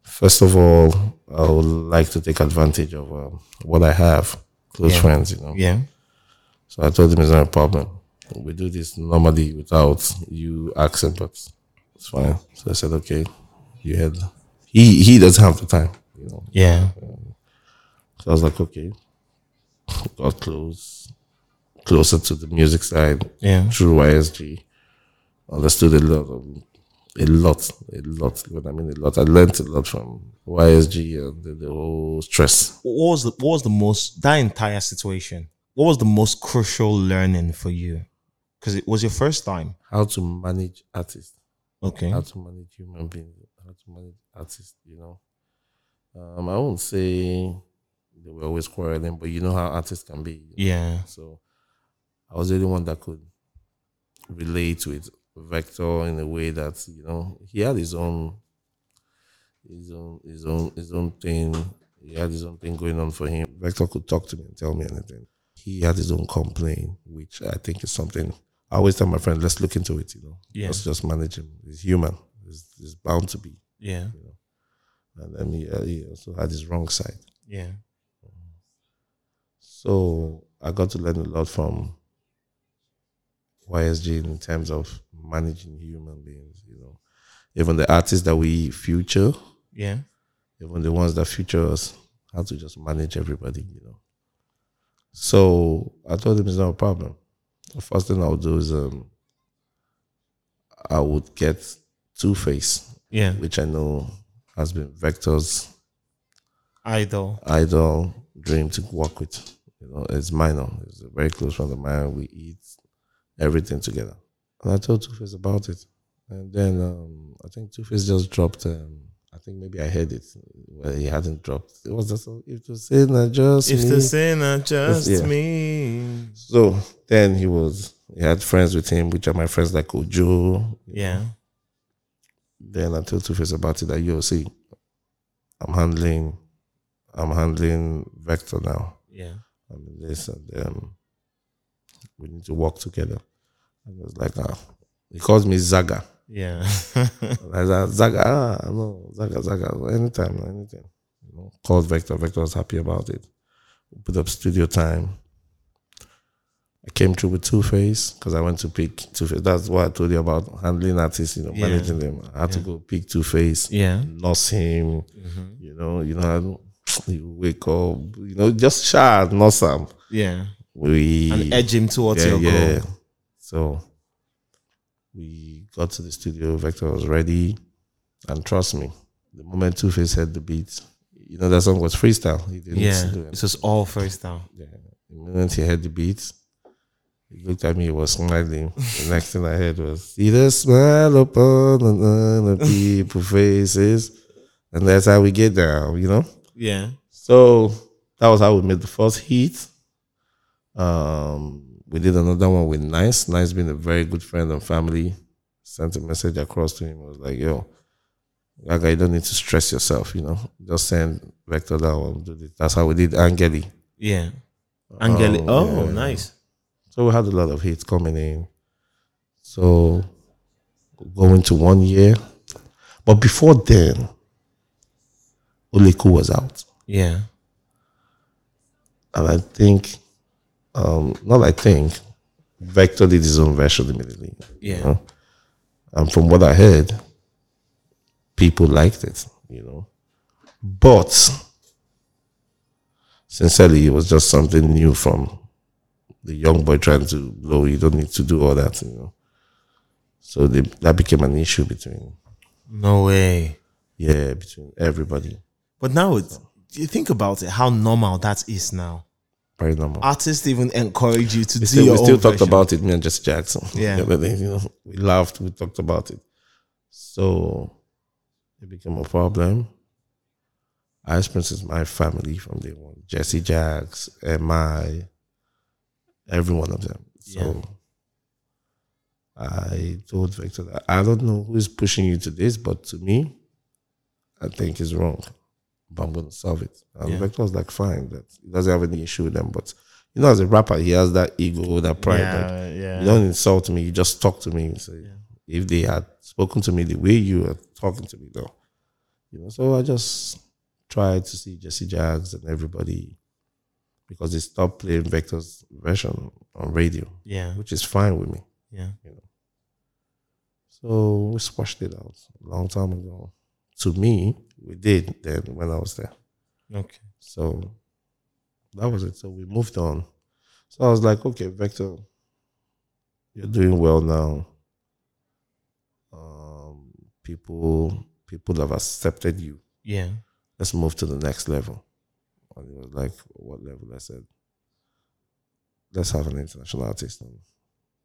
D: First of all, I would like to take advantage of um, what I have, close
C: Yeah.
D: friends, you know.
C: Yeah.
D: So I told him it's not a problem. We do this normally without you accent, but it's fine. So I said, okay, you had. He he doesn't have the time, you know.
C: Yeah.
D: So I was like, okay, got close, closer to the music side.
C: Yeah.
D: Through YSG, understood a lot, of, a lot, a lot. What I mean, a lot. I learned a lot from YSG and the, the whole stress.
C: What was the what was the most that entire situation? What was the most crucial learning for you? Because it was your first time.
D: How to manage artists,
C: Okay.
D: how to manage human beings, how to manage artists. You know, um, I won't say they were always quarreling, but you know how artists can be.
C: Yeah.
D: So I was the only one that could relate with Vector in a way that you know he had his own, his own, his own, his own thing. He had his own thing going on for him. Vector could talk to me and tell me anything. He had his own complaint, which I think is something I always tell my friend, let's look into it. You know,
C: Yeah.
D: let's just manage him. He's human. It's, it's bound to be.
C: Yeah.
D: And then he, uh, he also had his wrong side.
C: Yeah.
D: So I got to learn a lot from YSG in terms of managing human beings, you know. Even the artists that we future,
C: Yeah.
D: even the ones that future us, how to just manage everybody, you know. So I told him it's not a problem. The first thing I'll do is um I would get Two Face,
C: Yeah.
D: which I know has been Vector's
C: Idol.
D: idol dream to work with. You know, it's minor. It's a very close friend of mine. We eat everything together. And I told Two Face about it. And then um, I think Two Face just dropped. Um, I think maybe I heard it. Well, he hadn't dropped. It was just "Oh, it was saying that just
C: If
D: me.
C: the sinner just
D: Yeah.
C: me.
D: so then he was. He had friends with him, which are my friends like Ojo.
C: Yeah.
D: Then I told Two Face about it. That yo, see, I'm handling, I'm handling Vector now.
C: Yeah.
D: I mean, this and um, we need to work together. And I was like, ah, he calls me Zaga.
C: Yeah.
D: And I was like, Zaga, ah, no, Zaga, Zaga, anytime, anything. You know, called Vector. Vector was happy about it. We put up studio time. I came through with Two Face because I went to pick Two Face. That's what I told you about handling artists, you know,
C: Yeah.
D: managing them. I had to
C: Yeah.
D: go pick Two Face,
C: yeah.
D: nurse him,
C: Mhm.
D: you know, you know, you wake up, you know, just shout, nurse him.
C: Yeah.
D: We
C: And edge him towards your goal.
D: so we got to the studio. Vector was ready, and trust me, the moment Two Face had the beat, you know, that song was freestyle. He didn't
C: Yeah,
D: do it.
C: this was all first down.
D: Yeah. The moment he heard the beat, he looked at me, he was smiling. The next thing I heard was, See the smile upon the the people's faces. And that's how we get down, you know?
C: Yeah,
D: So that was how we made the first hit. Um, we did another one with Nice. Nice being a very good friend and family. Sent a message across to him. I was like, yo, Gaga, you don't need to stress yourself, you know. Just send Vector that one. Do this. That's how we did Angeli.
C: yeah. Angeli.
D: Um,
C: Oh,
D: yeah.
C: nice.
D: So we had a lot of hits coming in. So going to one year. But before then, Oleku was out.
C: Yeah,
D: and I think, um, not I think, Vector did his own version immediately.
C: yeah,
D: know? And from what I heard, people liked it, you know. But sincerely, it was just something new from the young boy trying to blow. You don't need to do all that, you know. So they, that became an issue between,
C: No way.
D: yeah, between everybody.
C: But now it's. You think about it, how normal that is now.
D: Very normal.
C: Artists even encourage you to
D: we
C: do
D: still,
C: your
D: we still
C: own
D: talked
C: version.
D: about it, me and Jesse Jackson.
C: Yeah.
D: The other day, you know, we laughed, we talked about it. So it became a problem. Ice Prince is my family from day one. Jesse Jacks, MI, every one of them. So I told Victor that I don't know who is pushing you to this, but to me, I think it's wrong. But I'm gonna solve it. And
C: Yeah.
D: Victor was like, fine, that he doesn't have any issue with them. But you know, as a rapper, he has that ego, that pride. like,
C: Yeah, yeah.
D: you don't insult me. You just talk to me. So If they had spoken to me the way you are talking to me now, you know. So I just tried to see Jesse Jags and everybody because they stopped playing Vector's version on radio,
C: yeah,
D: which is fine with me.
C: yeah.
D: So we squashed it out a long time ago. To me, we did then when I was there.
C: Okay.
D: So that was it. So we moved on. So I was like, okay, Vector, you're doing well now. Um, people people have accepted you.
C: Yeah,
D: Let's move to the next level. And he was like, what level? I said, let's have an international artist. And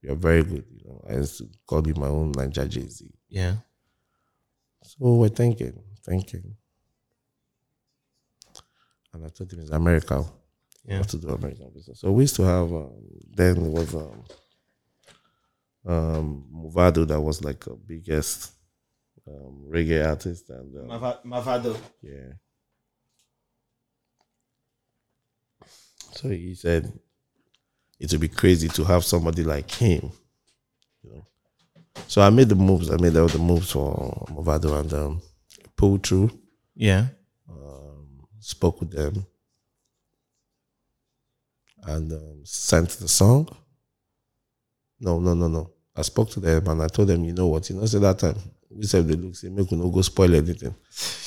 D: you're very good. You know, I used to call you my own Ninja Jay Z.
C: yeah,
D: So we're thinking, thinking. And I told him it's America. We
C: yeah.
D: have to do American business. So we used to have um, then there was um, um Movado that was like the biggest um, reggae artist and um,
C: Mavado.
D: yeah. So he said it would be crazy to have somebody like him. You know. So I made the moves. I made all the moves for Movado and um, Pull Through
C: Yeah,
D: spoke with them and um, sent the song. No, no, no, no. I spoke to them and I told them, you know what? You know, say that time we said they look, say make we no go spoil anything.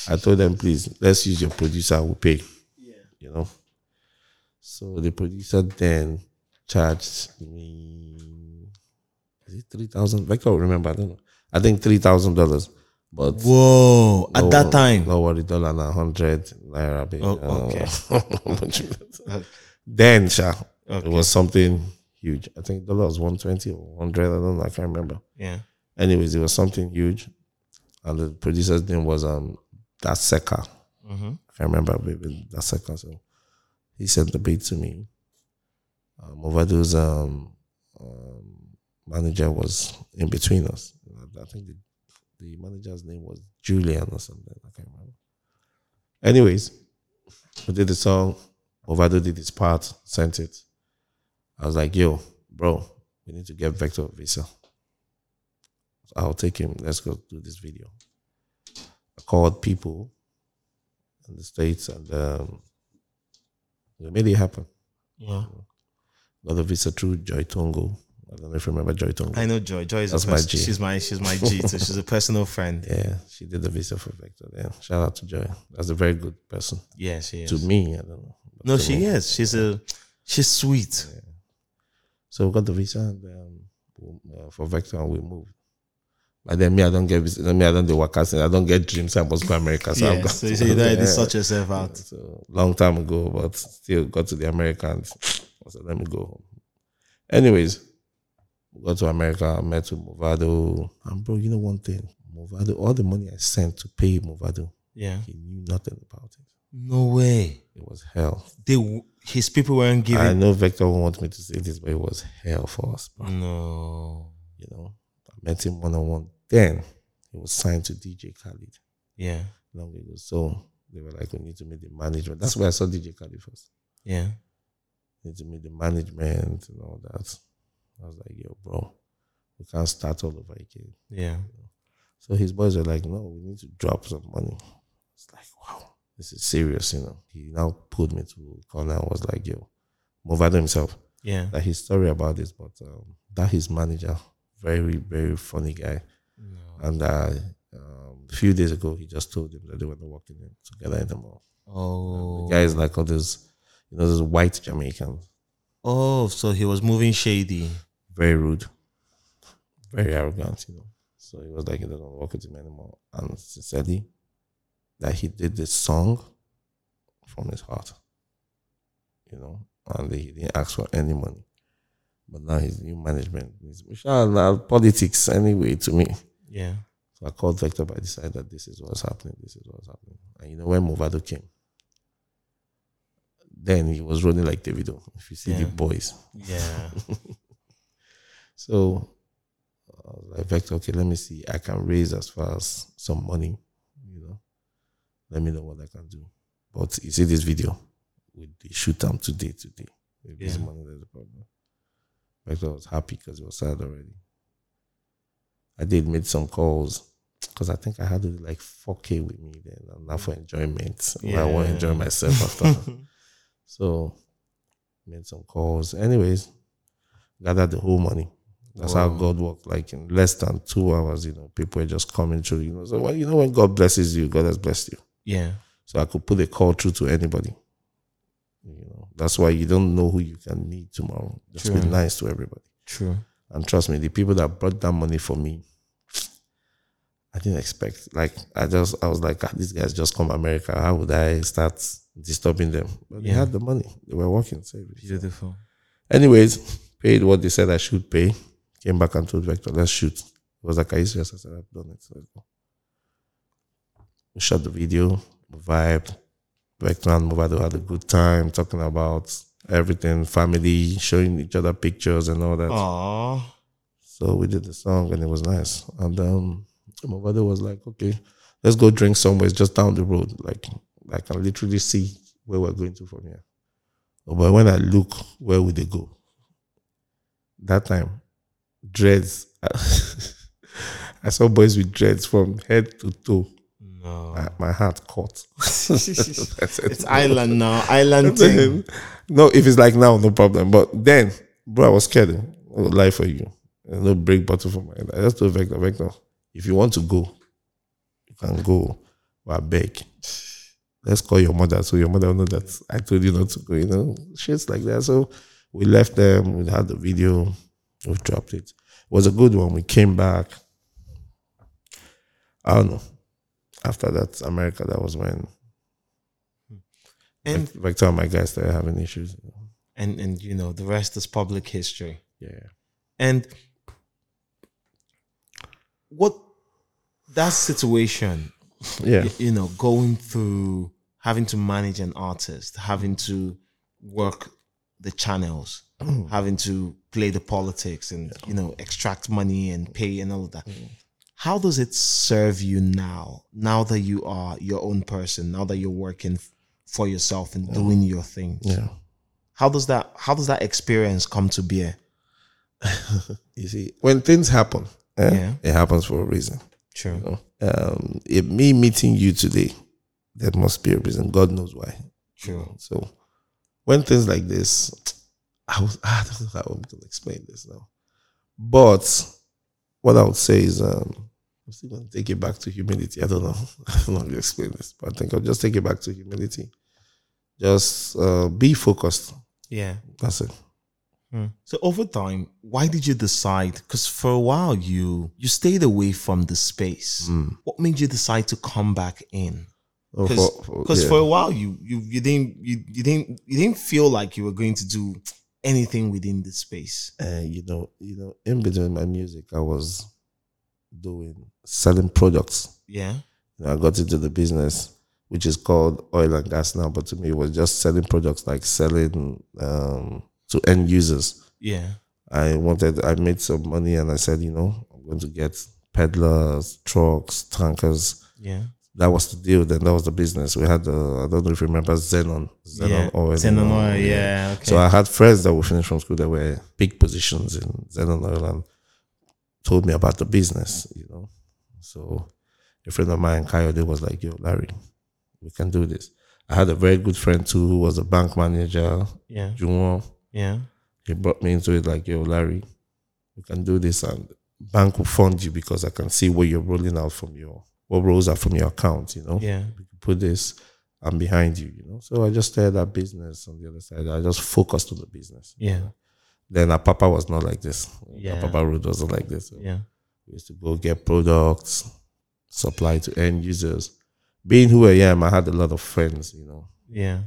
D: I told them, please, let's use your producer. I will pay. Yeah. You know. So the producer then charged me. Is it three thousand? I can't remember. I don't know. I think three thousand dollars. But
C: Whoa! At
D: Lower-
C: that time,
D: lower the dollar na hundred naira. babe.
C: Oh,
D: Uh,
C: Okay.
D: then, sha,
C: Okay.
D: it was something huge. I think dollar was one twenty or hundred. I don't know. I can't remember.
C: yeah,
D: Anyways, it was something huge, and the producer's name was um Daseka.
C: Mhm.
D: I remember, baby, Daseka. So he sent the beat to me. Um, Overdo's um, um manager was in between us. I think the, the manager's name was Julian or something. I can't remember. Anyways, we did the song. Ovado did his part, sent it. I was like, yo, bro, we need to get Vector a visa. I'll take him. Let's go do this video. I called people in the States and um, we made it happen.
C: yeah.
D: Got the visa through Joy Tongo. I don't know if you remember Joy Tongo.
C: I know Joy. Joy is a
D: That's my
C: pers-
D: G.
C: she's my she's my G. So she's a personal friend.
D: yeah, she did the visa for Vector. Yeah, shout out to Joy. That's a very good person.
C: Yeah, she is.
D: To me, I don't know. but
C: no,
D: to
C: she
D: me.
C: is. She's a she's sweet.
D: So we got the visa and, um, we- uh, for Vector and we moved. But then me, I don't get visit- me, I don't do workers, I don't get dreams. I must go America. So I've
C: Yeah,
D: got
C: so you say you don't
D: Yeah.
C: even sort yourself out.
D: So, long time ago, but still got to the Americans. I said, let me go home. Anyways, got to America, met with Movado. And bro, you know one thing? Movado, all the money I sent to pay Movado,
C: Yeah.
D: he knew nothing about it.
C: No way.
D: It was hell.
C: They w- his people weren't
D: I
C: giving.
D: know Vector won't want me to say this, but it was hell for us, bro.
C: no.
D: You know, I met him one on one. Then he was signed to DJ Khaled
C: Yeah.
D: long ago. So they were like, we need to meet the management. That's where I saw DJ Khaled first.
C: Yeah.
D: need to meet the management and all that. I was like, yo, bro, we can't start all over again.
C: Yeah.
D: So his boys were like, no, we need to drop some money. It's like, wow, this is serious, you know. He now pulled me to a corner and was like, yo, Movado himself.
C: Yeah.
D: Like his story about this, but um, that his manager, very, very funny guy. And uh, um, a few days ago, he just told him that they were not working together anymore.
C: Oh.
D: The guy is like all those, you know, those white Jamaicans.
C: Oh, so he was moving shady.
D: very rude, very arrogant, you know. So he was like, he doesn't work with him anymore. And sincerely, that he did this song from his heart, you know, and he didn't ask for any money. But now his new management is Michelle, politics anyway to me.
C: Yeah.
D: So I called Vector by the side that this is what's happening, this is what's happening. And you know, when Movado came, then he was running like Davido. If you see the
C: Yeah.
D: boys,
C: Yeah.
D: So I was like, Vector, okay, let me see. I can raise as far as some money, you know. Let me know what I can do. But you see this video, we they shoot them today, today. If this
C: Yeah.
D: money, there's a problem. Vector was happy because he was sad already. I did make some calls because I think I had like 4K with me then, and not for enjoyment. I want to
C: Mm. Yeah.
D: enjoy myself after. so made some calls. Anyways, gathered the whole money. That's how
C: Wow.
D: God worked. Like in less than two hours, you know, people were just coming through. You know, so when, you know when God blesses you, God has blessed you.
C: yeah.
D: So I could put a call through to anybody. You know, that's why you don't know who you can meet tomorrow. Just be
C: True.
D: nice to everybody.
C: True.
D: And trust me, the people that brought that money for me, I didn't expect. Like I just, I was like, ah, these guys just come America. How would I start disturbing them? But they
C: Yeah.
D: had the money. They were working. So
C: Beautiful.
D: Anyways, paid what they said I should pay. Came back and told Vector, let's shoot. It was like, I used to I said, I've done it. So, We shot the video, vibed. Vector and Movado had a good time talking about everything, family, showing each other pictures and all that.
C: Aww.
D: So we did the song and it was nice. And um, my brother was like, okay, let's go drink somewhere. It's just down the road. Like, I can literally see where we're going to from here. But when I look, where would they go? That time, dreads. I saw boys with dreads from head to toe.
C: No.
D: My- My heart caught.
C: It's island now. Island thing.
D: Then- no, if it's like now, no problem. But then, bro, I was scared. I would lie for you. There's no break button for my head. I just told Vector, Vector, if you want to go, you can go. But I beg. Let's call your mother so your mother will know that I told you not to go, you know, shits like that. So we left them, we had the video, we dropped it. It was a good one. We came back. I don't know. After that, America, that was when
C: And
D: Vector and my guys started having issues.
C: and and you know the rest is public history.
D: Yeah.
C: And what that situation,
D: Yeah.
C: y- you know, going through having to manage an artist, having to work the channels,
D: Mm.
C: having to play the politics and, you know, extract money and pay and all of that.
D: Mm.
C: How does it serve you now, now that you are your own person, now that you're working f- for yourself and doing your things?
D: Yeah.
C: How does that how does that experience come to bear?
D: You see, when things happen, eh,
C: Yeah.
D: it happens for a reason.
C: True.
D: you know. Um, if me meeting you today, that must be a reason. God knows why.
C: True.
D: So when things like this, I was I don't know how I'm gonna explain this now. But what I would say is um I'm still gonna take it back to humility. I don't know. I don't know how to explain this, but I think I'll just take it back to humility. Just uh, be focused.
C: Yeah. Hmm.
D: That's it.
C: So over time, why did you decide? Because for a while you you stayed away from the space.
D: Mm.
C: What made you decide to come back in?
D: Oh,
C: Because
D: for-
C: for,
D: for- yeah.
C: a while you you you didn't you, you didn't you didn't feel like you were going to do anything within the space.
D: uh, you know, you know, in between my music, I was doing selling products.
C: Yeah.
D: You know, I got into the business, which is called oil and gas now, but to me, it was just selling products, like selling um, to end users.
C: Yeah.
D: I wanted, I made some money, and I said, you know, I'm going to get peddlers, trucks, tankers.
C: Yeah.
D: That was the deal. Then that was the business. We had, uh, I don't know if you remember Xenon, Xenon
C: yeah.
D: oil.
C: Xenon
D: Uh,
C: oil, Yeah. Okay.
D: so I had friends that were finished from school that were big positions in Zenon Oil and told me about the business, you know. So a friend of mine, Coyote, was like, Yo, Larry, we can do this. I had a very good friend too who was a bank manager,
C: yeah.
D: Juwon.
C: Yeah.
D: He brought me into it like, Yo, Larry, we can do this and bank will fund you because I can see what you're rolling out from your what rolls out from your account, you know
C: Yeah.
D: put this I'm behind you, you know. So I just started that business on the other side. I just focused on the business.
C: Yeah.
D: Then our papa was not like this.
C: Yeah.
D: Our papa road wasn't like this.
C: Yeah.
D: We used to go get products, supply to end users. Being who I am, I had a lot of friends, you know.
C: Yeah.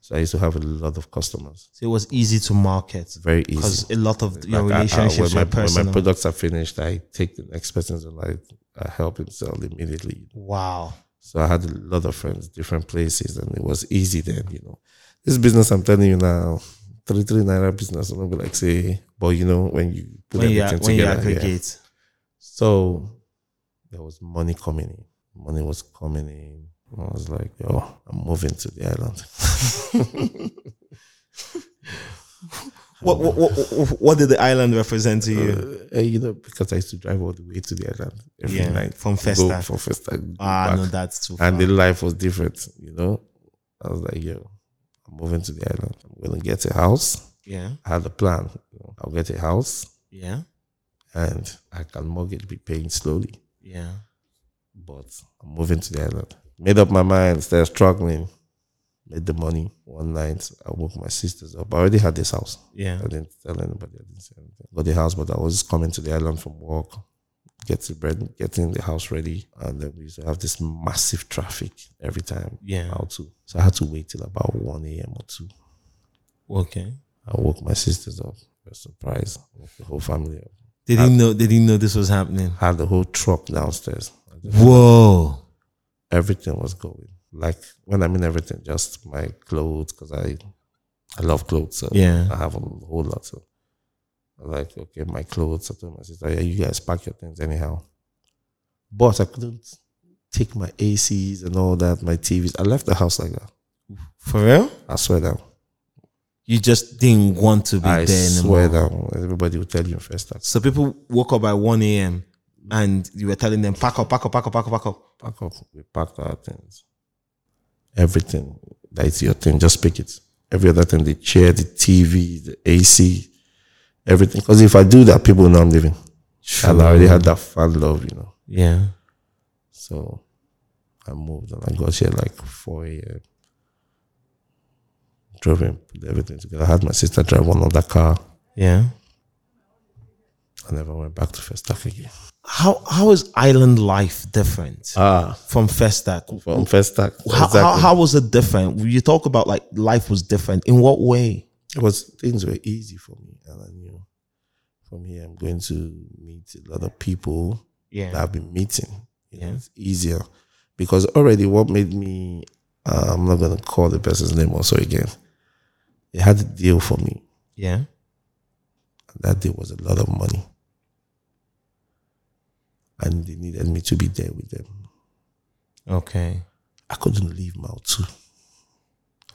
D: So I used to have a lot of customers.
C: So it was easy to market
D: Very easy.
C: because a lot of your
D: Like, I- I-
C: relationships were
D: when, my, when my
C: personal.
D: products are finished, I take the next person's and I, I help him sell immediately.
C: wow.
D: So I had a lot of friends, different places, and it was easy then, you know. This business I'm telling you now, three three naira business, I'm not gonna like say, but you know, when you put
C: When you
D: everything
C: when you
D: together. yeah.
C: aggregate.
D: So there was money coming in. Money was coming in. I was like, yo, I'm moving to the island.
C: What, what, what, what did the island represent to you?
D: Uh, you know, because I used to drive all the way to the island every
C: Yeah,
D: night.
C: from
D: Go
C: Festa.
D: From Festa. go
C: Ah, no,
D: Uh, back.
C: that's too far.
D: and the life was different, you know. I was like, yo, I'm moving to the island. I'm gonna get a house.
C: yeah,
D: I had a plan. you know. I'll get a house
C: yeah,
D: and I can mortgage be paying slowly.
C: yeah,
D: But I'm moving to the island. Made up my mind, started struggling. Made the money one night. I woke my sisters up. I already had this house.
C: yeah,
D: I didn't tell anybody. I didn't say anything. Got the house, but I was coming to the island from work, getting bread, getting the house ready, and then we used to have this massive traffic every time.
C: Yeah.
D: out to. So I had to wait till about one a.m. or two.
C: Okay.
D: I woke my sisters up. It was a surprise. Woke the whole family up.
C: They didn't know. They didn't know this was happening.
D: Had the whole truck downstairs.
C: Whoa.
D: Everything was going. Like when I mean everything, just my clothes because I, I love clothes. So
C: Yeah.
D: I have a whole lot. So I'm like, okay, my clothes. I told my sister, yeah, you guys pack your things anyhow. But I couldn't take my ACs and all that, my TVs. I left the house like that.
C: For real?
D: I swear down.
C: You just didn't want to be
D: I
C: there
D: swear
C: anymore.
D: down. Everybody will tell you in first time.
C: So people woke up by one a.m. and you were telling them pack up, pack up, pack up, pack up, pack up.
D: pack up. We packed our things. Everything that is your thing, just pick it. Every other thing, the chair, the TV, the AC, everything. Because if I do that, people will know I'm leaving. And I already had that fan love, you know.
C: Yeah.
D: So I moved and I got here like 4 a.m. Drove and put everything together. I had my sister drive one other car.
C: Yeah.
D: I never went back to First Stack again.
C: How how is island life different
D: Ah,
C: from Festac?
D: from First Stack.
C: How, how, how was it different? You talk about like life was different. In what way?
D: it was things were easy for me and i knew from here i'm going to meet a lot of people
C: Yeah.
D: that i've been meeting you know,
C: Yeah.
D: it's easier because already what made me uh, i'm not going to call the person's name also again it had a deal for me
C: yeah.
D: that deal was a lot of money and they needed me to be there with them
C: Okay.
D: I couldn't leave Mao too.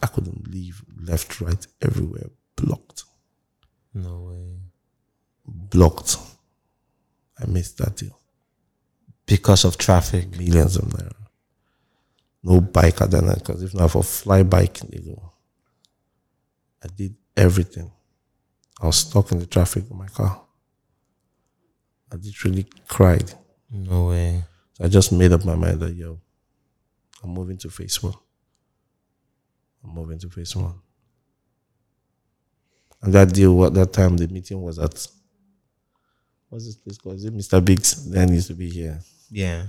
D: I couldn't leave left, right, everywhere, blocked,
C: No way.
D: blocked. I missed that deal.
C: Because of traffic.
D: Millions of naira. No bike other than because if not for fly bike, they go. I did everything. I was stuck in the traffic in my car. I literally cried.
C: No way.
D: So I just made up my mind that yo, I'm moving to phase one. I'm moving to phase one. And that deal, what that time the meeting was at, what's this place called? Is it Mr. Biggs? Then he used to be here.
C: Yeah.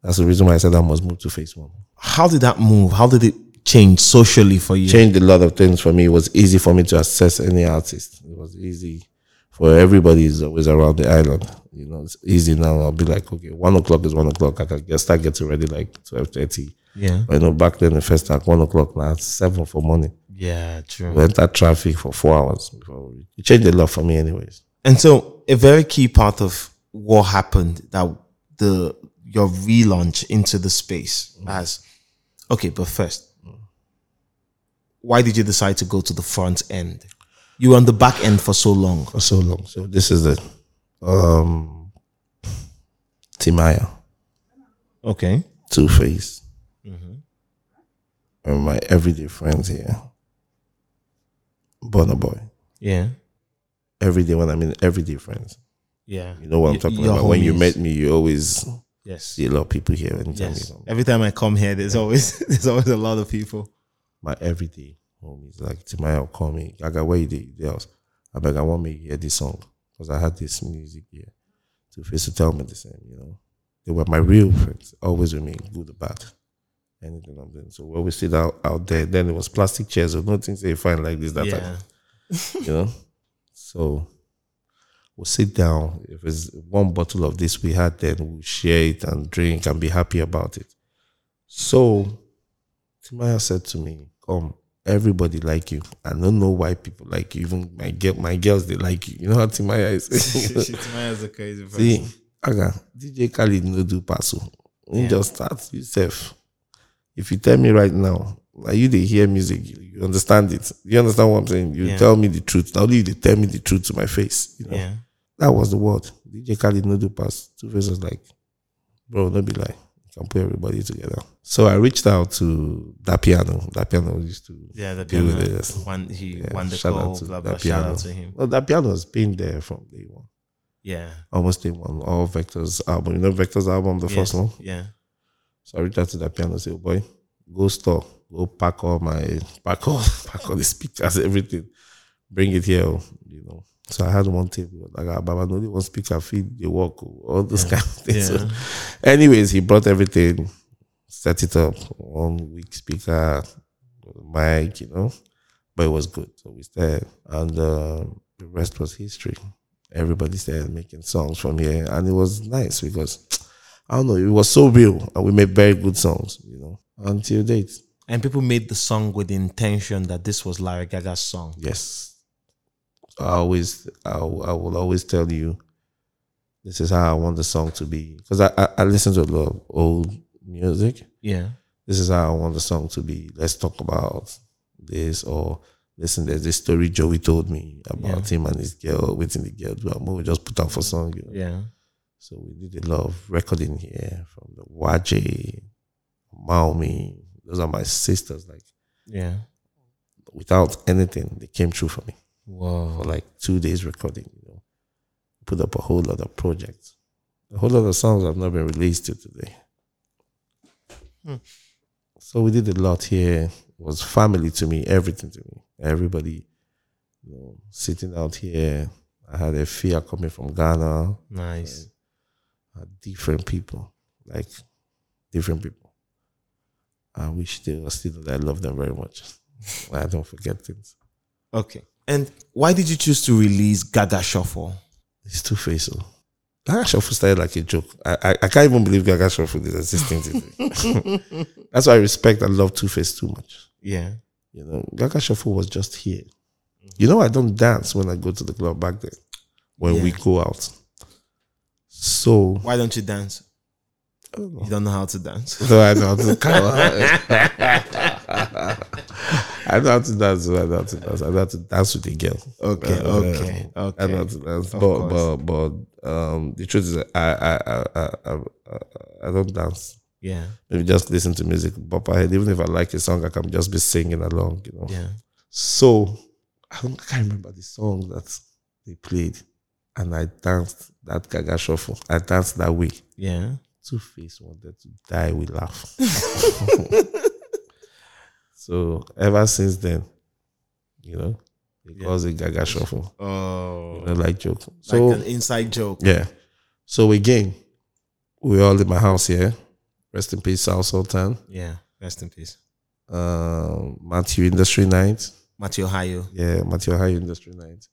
D: That's the reason why I said I must move to phase one.
C: How did that move? How did it change socially for you?
D: Changed a lot of things for me. It was easy for me to access any artist. It was easy for everybody is always around the island. You know, it's easy now. I'll be like, okay, one o'clock is one o'clock. I can get start getting ready like twelve thirty.
C: Yeah.
D: I know back then the first act one o'clock now it's seven for morning.
C: Yeah, true.
D: We entered traffic for four hours before we, it changed a lot for me anyways.
C: And so a very key part of what happened that the your relaunch into the space as okay, but first, why did you decide to go to the front end? You were on the back end for so long.
D: For so long. So this is the um Timaya,
C: Okay.
D: Two Face. And my everyday friends here. Bonner Boy.
C: Yeah.
D: Every day when I mean everyday friends.
C: Yeah.
D: You know what I'm talking about. When you met me, you always
C: Yes.
D: see a lot of people here. Anytime you
C: Yes.
D: come.
C: Every time I come here, there's always there's always a lot of people.
D: my everyday homies. Like Timaya will call me, Gaga, where you dey? You dey house? I beg, I want me to hear this song because I had this music here. Two Face to tell me the same, you know. They were my real friends, always with me, good or bad, anything I'm doing. So when we sit out out there, then it was plastic chairs or nothing say fine like this that
C: yeah.
D: time, you know. So we'll sit down. If it's one bottle of this we had, then we'll share it and drink and be happy about it. So Timaya said to me, Come, everybody like you. I don't know why people like you. Even my girl, my girls, they like you. You know how Timaya is.
C: Maya's a crazy person.
D: See, Aga, DJ Khalid no do paso. You just start yourself. If you tell me right now, like you they hear music, you, you understand it. You understand what I'm saying? You
C: Yeah.
D: tell me the truth. Now you they tell me the truth to my face. You know?
C: Yeah.
D: That was the word. DJ Khalid no do pass. Two faces like, bro, no be like, you can put everybody together. So I reached out to that piano. That piano used to
C: Yeah, the
D: deal with
C: piano.
D: it, yes.
C: One, he
D: Yeah,
C: won the
D: shout out
C: call,
D: to
C: blah,
D: that
C: blah. Shout
D: piano.
C: out to him.
D: Well, that piano has been there from day one.
C: Yeah.
D: Almost day one. All Vector's album. You know Vector's album, the first
C: Yes.
D: one?
C: Yeah.
D: So I reached out to that piano and said, oh boy, go store, go pack all my pack all pack all the speakers, everything. Bring it here, oh, you know. So I had one table, like ah, Baba only one speaker feed the work, oh, all those kind of things. So
C: Yeah.
D: anyways, he brought everything, set it up, one week speaker, mic, you know. But it was good. So we stayed and uh, the rest was history. Everybody started making songs from here and it was nice because I don't know, it was so real and we made very good songs, you know. Until date.
C: And people made the song with the intention that this was Larry Gaga's song.
D: Yes. I always, I, will- I will always tell you, this is how I want the song to be. Because I, I, I listen to a lot of old music.
C: Yeah.
D: This is how I want the song to be. Let's talk about this. Or listen, there's this story Joey told me about him and his girl, waiting the girl do. I'm gonna just put out for song. You know?
C: Yeah.
D: So we did a lot of recording here from the Waje, Maomi. Those are my sisters. Like
C: Yeah.
D: without anything, they came through for me for
C: Whoa.
D: like two days recording, you know. Put up a whole lot of projects. A whole lot of songs have not been released till today. So we did a lot here. It was family to me, everything to me. Everybody, you know, sitting out here. I had a fear coming from Ghana.
C: Nice.
D: I had different people. Like different people. I wish they were still I love them very much. I don't forget things.
C: Okay. And why did you choose to release Gaga Shuffle?
D: It's two faced. Gaga Shuffle started like a joke. I, I, I can't even believe Gaga Shuffle is existing today. That's why I respect and love Two Face too much.
C: Yeah.
D: You know, Gaga Shuffle was just here. You know, I don't dance when I go to the club back then. When we
C: Yeah.
D: go out, so
C: Why don't you dance?
D: I don't know.
C: You don't know how to dance.
D: So I know how to I know how to dance. I know how to dance. I know how to dance with a girl.
C: Okay, okay,
D: I know how to dance, but, but
C: course.
D: but um, the truth is, I I I I- I, I, I don't dance.
C: Yeah.
D: Maybe just listen to music, bop ahead. Even if I like a song, I can just be singing along. You know.
C: Yeah.
D: So I, don't, I can't remember the song that they played, and I danced that Gaga shuffle. I danced that way.
C: Yeah.
D: Two Face wanted to die, we laugh. so ever since then, you know, It was a gaga shuffle.
C: Oh,
D: You know, like joke. So
C: like an inside joke.
D: yeah. So again, we all in my house here. Rest in peace, South Sultan.
C: Yeah. Rest in peace,
D: Um, Matthew Industry Night.
C: Matthew Hayo.
D: Yeah, Matthew High Industry Night.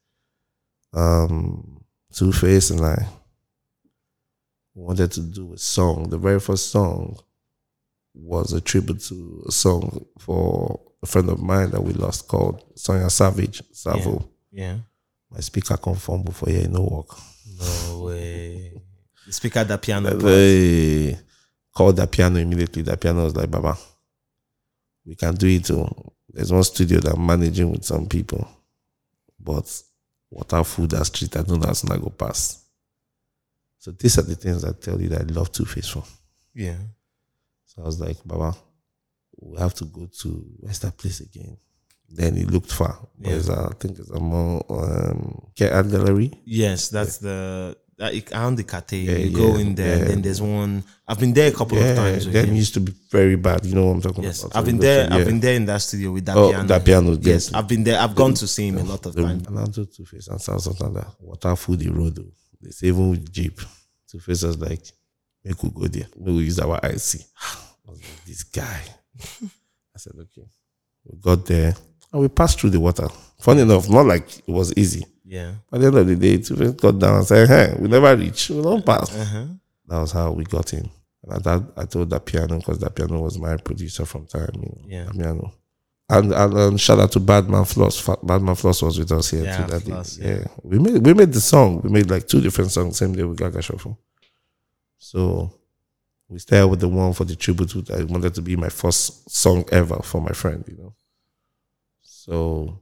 D: Um, Two Face and I wanted to do a song. The very first song was a tribute to a song for a friend of mine that we lost called Sonia Savage Savo.
C: Yeah.
D: My speaker confirmed before yeah, no work.
C: No way. The speaker that piano.
D: They called that piano immediately. That piano was like, Baba, we can do it. oh. There's one studio that I'm managing with some people, but water, food, and street, I know that's not going to pass. So these are the things I tell you that I love Two Face for.
C: Yeah.
D: So I was like, Baba, we have to go to where's that place again? Then it looked far. But it's a- I think it's a more um, care art gallery.
C: Yes, that's the. That, it- around the cate,
D: Yeah,
C: you go
D: yeah,
C: in there.
D: yeah.
C: Then there's one. I've been there a couple
D: Yeah,
C: of times. With
D: them
C: him.
D: used to be very bad. You know what I'm talking
C: Yes,
D: about? So
C: I've
D: we
C: been
D: go to-
C: there. I've
D: yeah.
C: been there in that studio with that
D: Oh,
C: piano.
D: that piano,
C: Yes,
D: yes.
C: I've been there. I've gone to see him a lot of
D: The
C: times.
D: Announcer Two Face and South Santander water food the road. oh. They say even with Jeep. Two Face was like, make we go there. Make we use our IC. I was like, this guy. I said, okay. We got there and we passed through the water. Funny enough, not like it was easy.
C: Yeah.
D: At the end of the day, Two Face got down and said, hey, we never reach. We don't pass.
C: Uh-huh.
D: That was how we got in. And at that, I told that piano because that piano was my producer from time. You know,
C: Yeah.
D: that piano. And, and um, shout out to Badman Floss. Fa- Badman Floss was with us here
C: Yeah,
D: too. That day.
C: Floss, yeah.
D: yeah. we made we made the song. We made like two different songs same day with Gaga Shuffle. So we started with the one for the tribute. to- I wanted to be my first song ever for my friend. You know. So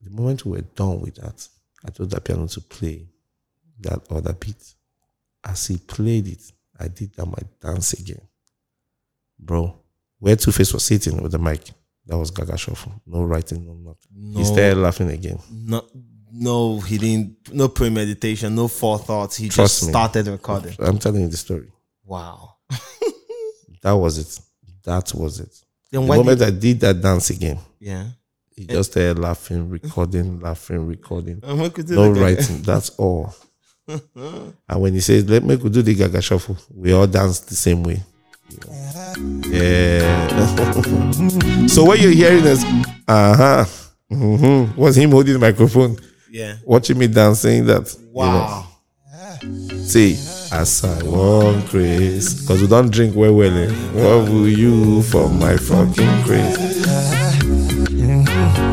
D: the moment we were done with that, I told that piano to play that other beat. As he played it, I did that my dance again. Bro, where Two Face was sitting with the mic, that was Gaga Shuffle. No writing, no nothing.
C: No.
D: He started laughing again.
C: No, no, he didn't. No premeditation. No forethought. He
D: Trust
C: just
D: me.
C: started recording.
D: I'm telling you the story.
C: Wow.
D: That was it. That was it.
C: Then
D: the
C: why?
D: moment
C: Did, Eh.
D: I did that dance again,
C: yeah.
D: he just started laughing, recording, laughing, recording.
C: And what could do
D: No
C: the guy-
D: writing. That's all. and when he says, "Let me go do the Gaga shuffle," we all dance the same way. Yeah. so what you're hearing is, uh huh, hmm was him holding the microphone,
C: Yeah.
D: watching me dancing that. you know.
C: Wow.
D: See, as I want grace, cause we don't drink well, well. eh? What will you for my fucking grace?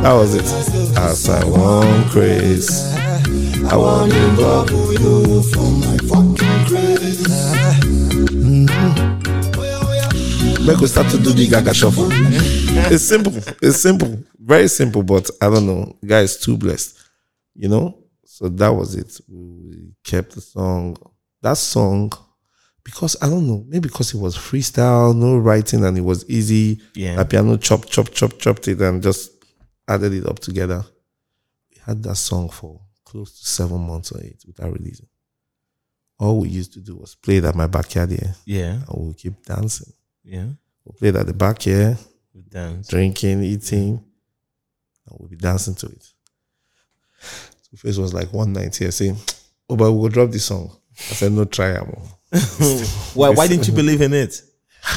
D: That was it. As I want grace, I want to love you for my fucking grace. Make we start to do the Gaga shuffle. it's simple. It's simple. Very simple, but I don't know. Guy is too blessed you know so that was it we kept the song that song because i don't know maybe because it was freestyle no writing and it was easy
C: Yeah.
D: a piano chop chop chop chopped it and just added it up together we had that song for close to seven months or eight without releasing all we used to do was play it at my backyard here
C: Yeah.
D: and we keep dancing
C: Yeah.
D: we played at the back here
C: Good dance.
D: drinking, eating, and we'll be dancing to it. So first was like 190. I say, Oh, but we'll drop this song. I said, No, try am oh."
C: Why? Why didn't you believe in it?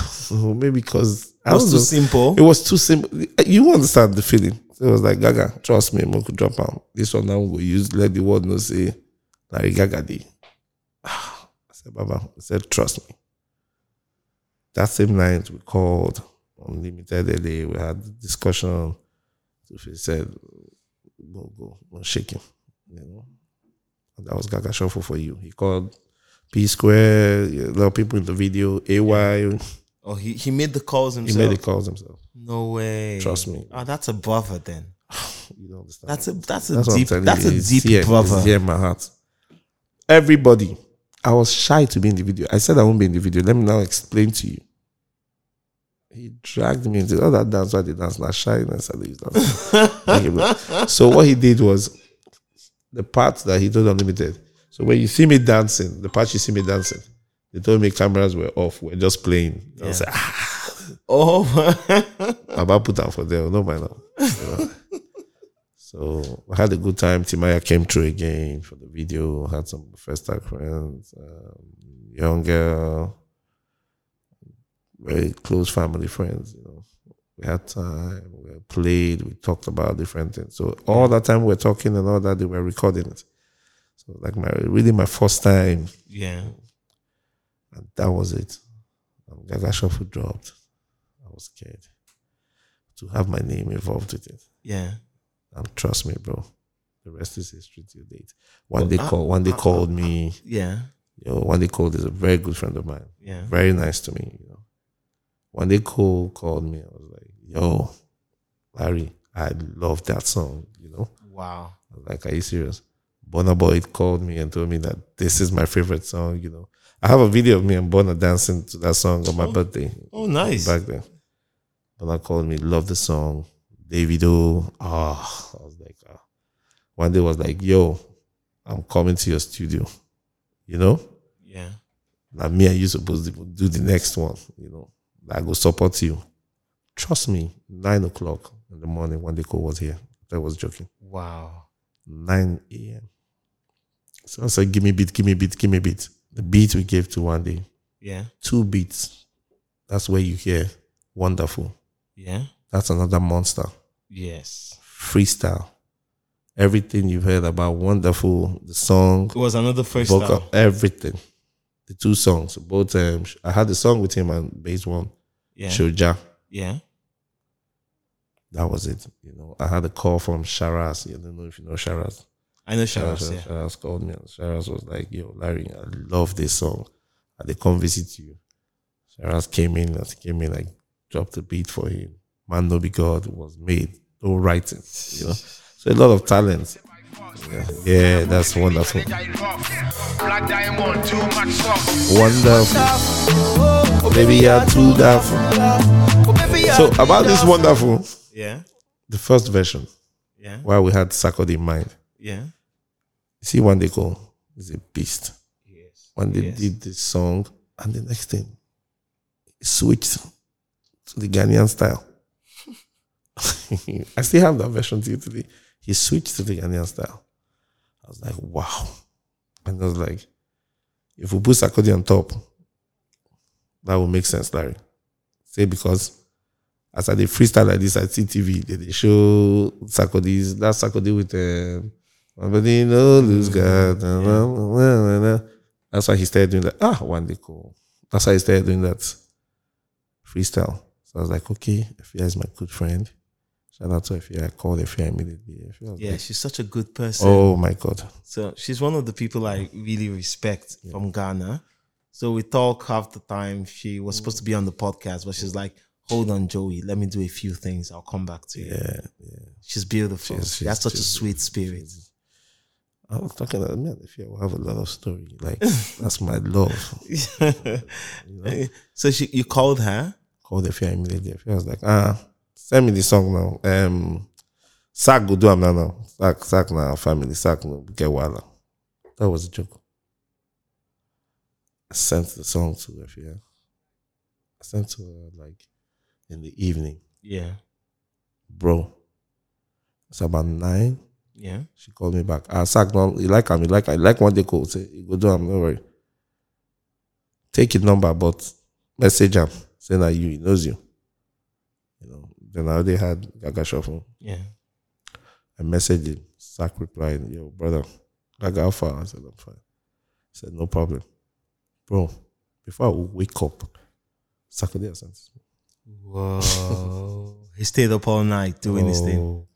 D: So maybe because I
C: That was
D: don't
C: too
D: know.
C: simple.
D: It was too simple. You understand the feeling. So it was like Gaga, trust me, we could drop am. This one now we'll use let the world know say Larry Gaga day. I said, Baba, I said, trust me. That same night we called Unlimited LA. We had the discussion. He said, Go, go, go, shake him. You know? And that was Gaga Shuffle for you. He called P Square, a lot of people in the video, AY.
C: Oh, he, he made the calls
D: He
C: himself.
D: made the calls himself.
C: No way.
D: Trust me.
C: Oh, that's a brother then.
D: You don't understand.
C: That's a that's a
D: That's
C: deep
D: what I'm telling
C: that's
D: you.
C: a
D: It's
C: deep
D: here,
C: brother.
D: It's here in my heart. Everybody, I was shy to be in the video. I said I won't be in the video. Let me now explain to you. He dragged me into oh that dance. Why they dance now? Shyness. I use that. so what he did was the part that he did unlimited. So when you see me dancing, the part you see me dancing, they told me cameras were off. We're just playing. I was like, ah,
C: Oh
D: Baba put out for there. No mind now. You know? So I had a good time. Timaya came through again for the video. Had some first time friends, um, young girl, very close family friends. You know, we had time. We played. We talked about different things. So all that time we were talking and all that, they were recording it. So like my really my first time,
C: Yeah.
D: and that was it. Um, Gaga Shuffle dropped. I was scared to have my name involved with it.
C: Yeah.
D: And trust me, bro. The rest is history till date. One day call one day called me.
C: Yeah.
D: You know, one day called is a very good friend of mine.
C: Yeah.
D: Very nice to me, you know. One day Cole called me. I was like, yo, Larry, I love that song, you know.
C: Wow.
D: I was like, are you serious? Bonner Boy called me and told me that this is my favorite song, you know. I have a video of me and Bonner dancing to that song on my birthday
C: Oh, nice.
D: back then. Bonner called me, love the song. Davido. Ah, I was like, ah. One day was like, yo, I'm coming to your studio. You know?
C: Yeah.
D: Now me and you supposed to do the next one, you know. I go support you. Trust me, nine o'clock in the morning when the call was here. I was joking.
C: Wow.
D: 9 a.m. So I said, give me beat, give me beat, give me beat. The beat we gave to one day,
C: Yeah.
D: two beats. That's where you hear wonderful.
C: Yeah.
D: That's another monster.
C: Yes.
D: Freestyle. Everything you've heard about wonderful, the song,
C: It was another first
D: vocal,
C: time.
D: everything. The two songs, both um, I had the song with him and bass one,
C: Yeah.
D: Shoja.
C: Yeah.
D: That was it. You know, I had a call from Sharaz. I don't know if you know Sharaz.
C: I know Sharas.
D: Sharas, Sharas,
C: Yeah.
D: Sharas called me and Sharas was like, Yo, Larry, I love this song. And they come visit you. Sharas came in, and came in, I dropped the beat for him. Man No Be God was made. No writing. You know. So a lot of talent. Yeah, yeah, that's wonderful.
E: Black diamond, too much sauce.
D: Wonderful. Baby you're too wonderful. So about this wonderful,
C: Yeah.
D: the first version,
C: Yeah.
D: while we had Sakod in mind.
C: Yeah.
D: You see one they go, is a beast.
C: Yes.
D: when they
C: Yes.
D: did this song, and the next thing it switched to the Ghanaian style. I still have that version to you today. He switched to the Ghanaian style. I was like, wow. And I was like, if we put Sakodi on top, that would make sense, Larry. Say because as I did freestyle like this at CTV, they, they show Sakodi's that Sakodi with um Nobody no lose God. na, na, na, na, na. That's why he started doing that. Ah, one day cool. That's why he started doing that freestyle. So I was like, okay, Afia is my good friend. Shout out to Afia. I called Afia immediately. Afia was
C: Yeah.
D: like,
C: She's such a good person.
D: oh my God.
C: So she's one of the people I really respect from Ghana. So we talk half the time. She was supposed to be on the podcast, but she's like, "Hold on, Joey. Let me do a few things. I'll come back to you."
D: Yeah.
C: She's beautiful.
D: She's- she's-
C: That's such a
D: she's-
C: sweet spirit.
D: I was talking about me and Afia will have a lot of story. Like, that's my love.
C: so she, you called her.
D: Called Afia immediately. Afia was like, ah, send me the song now. Um, Sack go do am now now. Sack, sack now, family, sack no, get wala. That was a joke. I sent the song to Afia. I sent to her like in the evening.
C: Yeah.
D: Bro, it's about nine.
C: Yeah.
D: She called me back. Ah, sack no, you like him, you like I like one day call. Say, you go do am, no worry. Take his number, but message him. Say that you, he knows you. You know, then I already had Gaga Shuffle.
C: Yeah.
D: I messaged him. Zach replied, Yo, brother, like how far? I said, I'm fine. He said, No problem. Bro, before I would wake up, Saturday I sent this.
C: Whoa. he stayed up all night doing his thing.
D: Oh.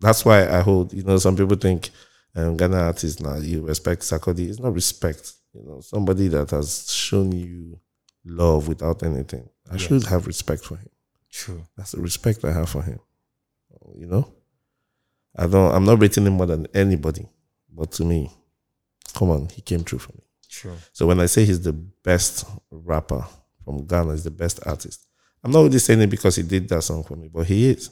D: That's why I hold, you know, some people think um, Ghana artists now, you respect Sakodi. It's not respect. You know, somebody that has shown you love without anything. I should have respect for him.
C: True.
D: That's the respect I have for him. You know? I don't I'm not rating him more than anybody. But to me, come on, he came through for me.
C: True.
D: So when I say he's the best rapper from Ghana, he's the best artist. I'm not really saying it because he did that song for me, but he is.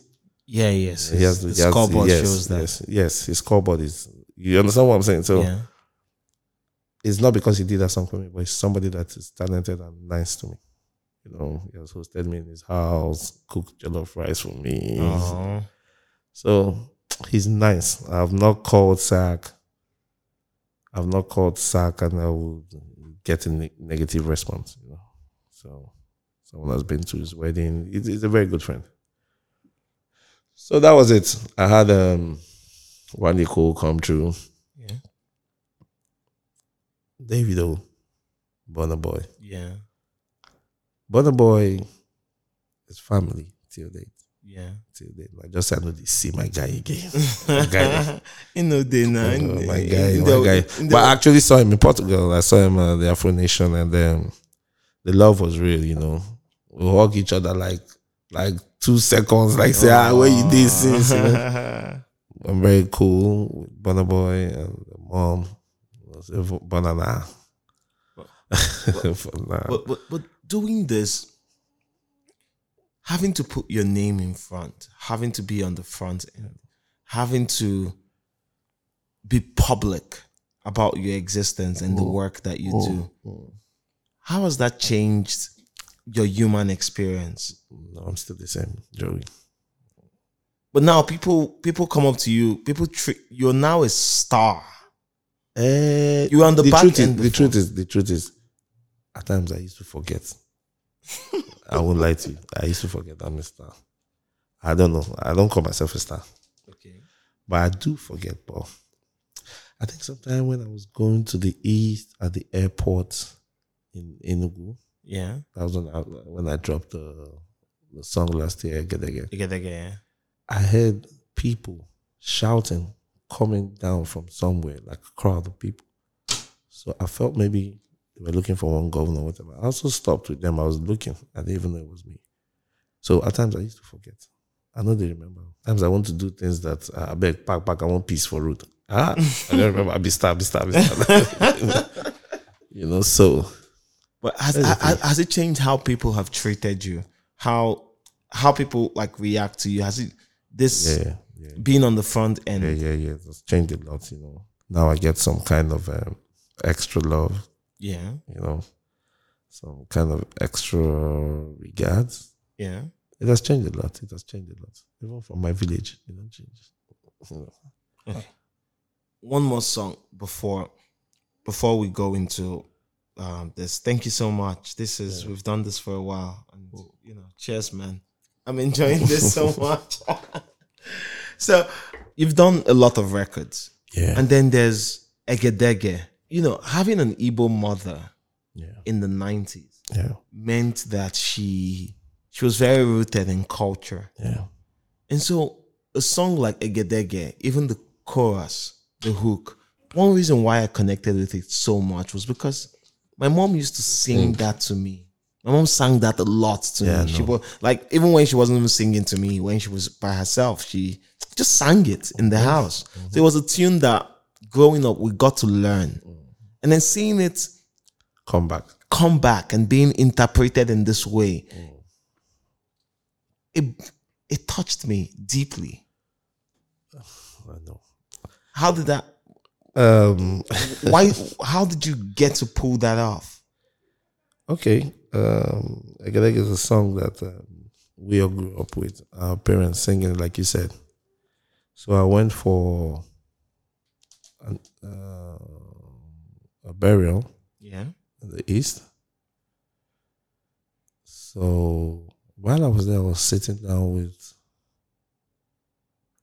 C: Yeah. Yes.
D: He has
C: the
D: he has-
C: scoreboard
D: yes,
C: shows that.
D: Yes, yes, his scoreboard is you understand what I'm saying? So
C: Yeah.
D: it's not because he did that song for me, but he's somebody that is talented and nice to me. You know, he has
C: Uh-huh.
D: hosted me in his house, cooked jollof rice for me.
C: Oh.
D: So he's nice. I've not called Sack. I've not called Sack, and I will get a ne- negative response. You know, so someone has been to his wedding. He's, he's a very good friend. So that was it. I had um, Wendy Cole come through.
C: Yeah.
D: Davido, Burna Boy.
C: Yeah.
D: Burna Boy is family till date.
C: Yeah.
D: Till date. Like just I know they see my guy again. my guy.
C: You know, they know.
D: You know, Oh, my
C: eh,
D: guy.
C: in
D: My
C: the-
D: guy.
C: in the-
D: But I actually saw him in Portugal. I saw him at the Afro Nation and then the love was real, you know. We hug each other like like two seconds, like say, ah, where you did since you know? I'm very cool with Burna Boy and the mom. Was a v- Banana. Banana.
C: but, but but doing this, having to put your name in front, having to be on the front end, having to be public about your existence and
D: Mm-hmm.
C: the work that you do, how has that changed your human experience?
D: No, I'm still the same, Joey.
C: But now people people come up to you, people treat you're now a star.
D: Uh,
C: You were on the back
D: truth
C: end
D: Is, the
C: before.
D: truth is, the truth is, at times I used to forget. I won't lie to you. I used to forget I'm a star. I don't know. I don't call myself a star,
C: Okay.
D: but I do forget. But I think sometime when I was going to the east at the airport in Enugu,
C: Yeah.
D: that was when I, when I dropped the, the song last year. Get again.
C: You get that guy.
D: I heard people shouting coming down from somewhere, like a crowd of people. So I felt maybe they were looking for one governor or whatever. I also stopped with them. I was looking. I didn't even know it was me. So at times I used to forget. I know they remember. At times I want to do things that uh, I beg, pack, pack, I want peace for root. Ah, I don't remember. I'll be stabbed, be stabbed, be stabbed. you know, so
C: But has, has, has it changed how people have treated you? How how people like react to you? Has it this
D: yeah, yeah.
C: being on the front end?
D: Yeah, yeah, yeah. It's changed a lot, you know. Now I get some kind of um, extra love.
C: Yeah,
D: you know, some kind of extra regards.
C: yeah.
D: It has changed a lot. It has changed a lot. Even from my village, it has changed. You know.
C: One more song before before we go into um, this. Thank you so much. This is we've done this for a while, and you know, cheers, man. I'm enjoying this so much. so you've done a lot of records,
D: Yeah.
C: and then there's Egedege. You know, having an Igbo mother
D: yeah.
C: in the '90s.
D: Yeah.
C: meant that she she was very rooted in culture.
D: Yeah.
C: And so a song like Egedege, even the chorus, the hook, one reason why I connected with it so much was because my mom used to sing that to me. My mom sang that a lot to me. She was like even when she wasn't even singing to me, when she was by herself, she just sang it in the house. So it was a tune that growing up we got to learn. And then seeing it
D: Come back.
C: come back and being interpreted in this way it it touched me deeply
D: I know.
C: how did that
D: Um,
C: why how did you get to pull that off
D: okay. Um, I gotta get a song that um, we all grew up with our parents singing, like you said. So I went for an, uh, a burial.
C: yeah
D: in the east. So while I was there, I was sitting down with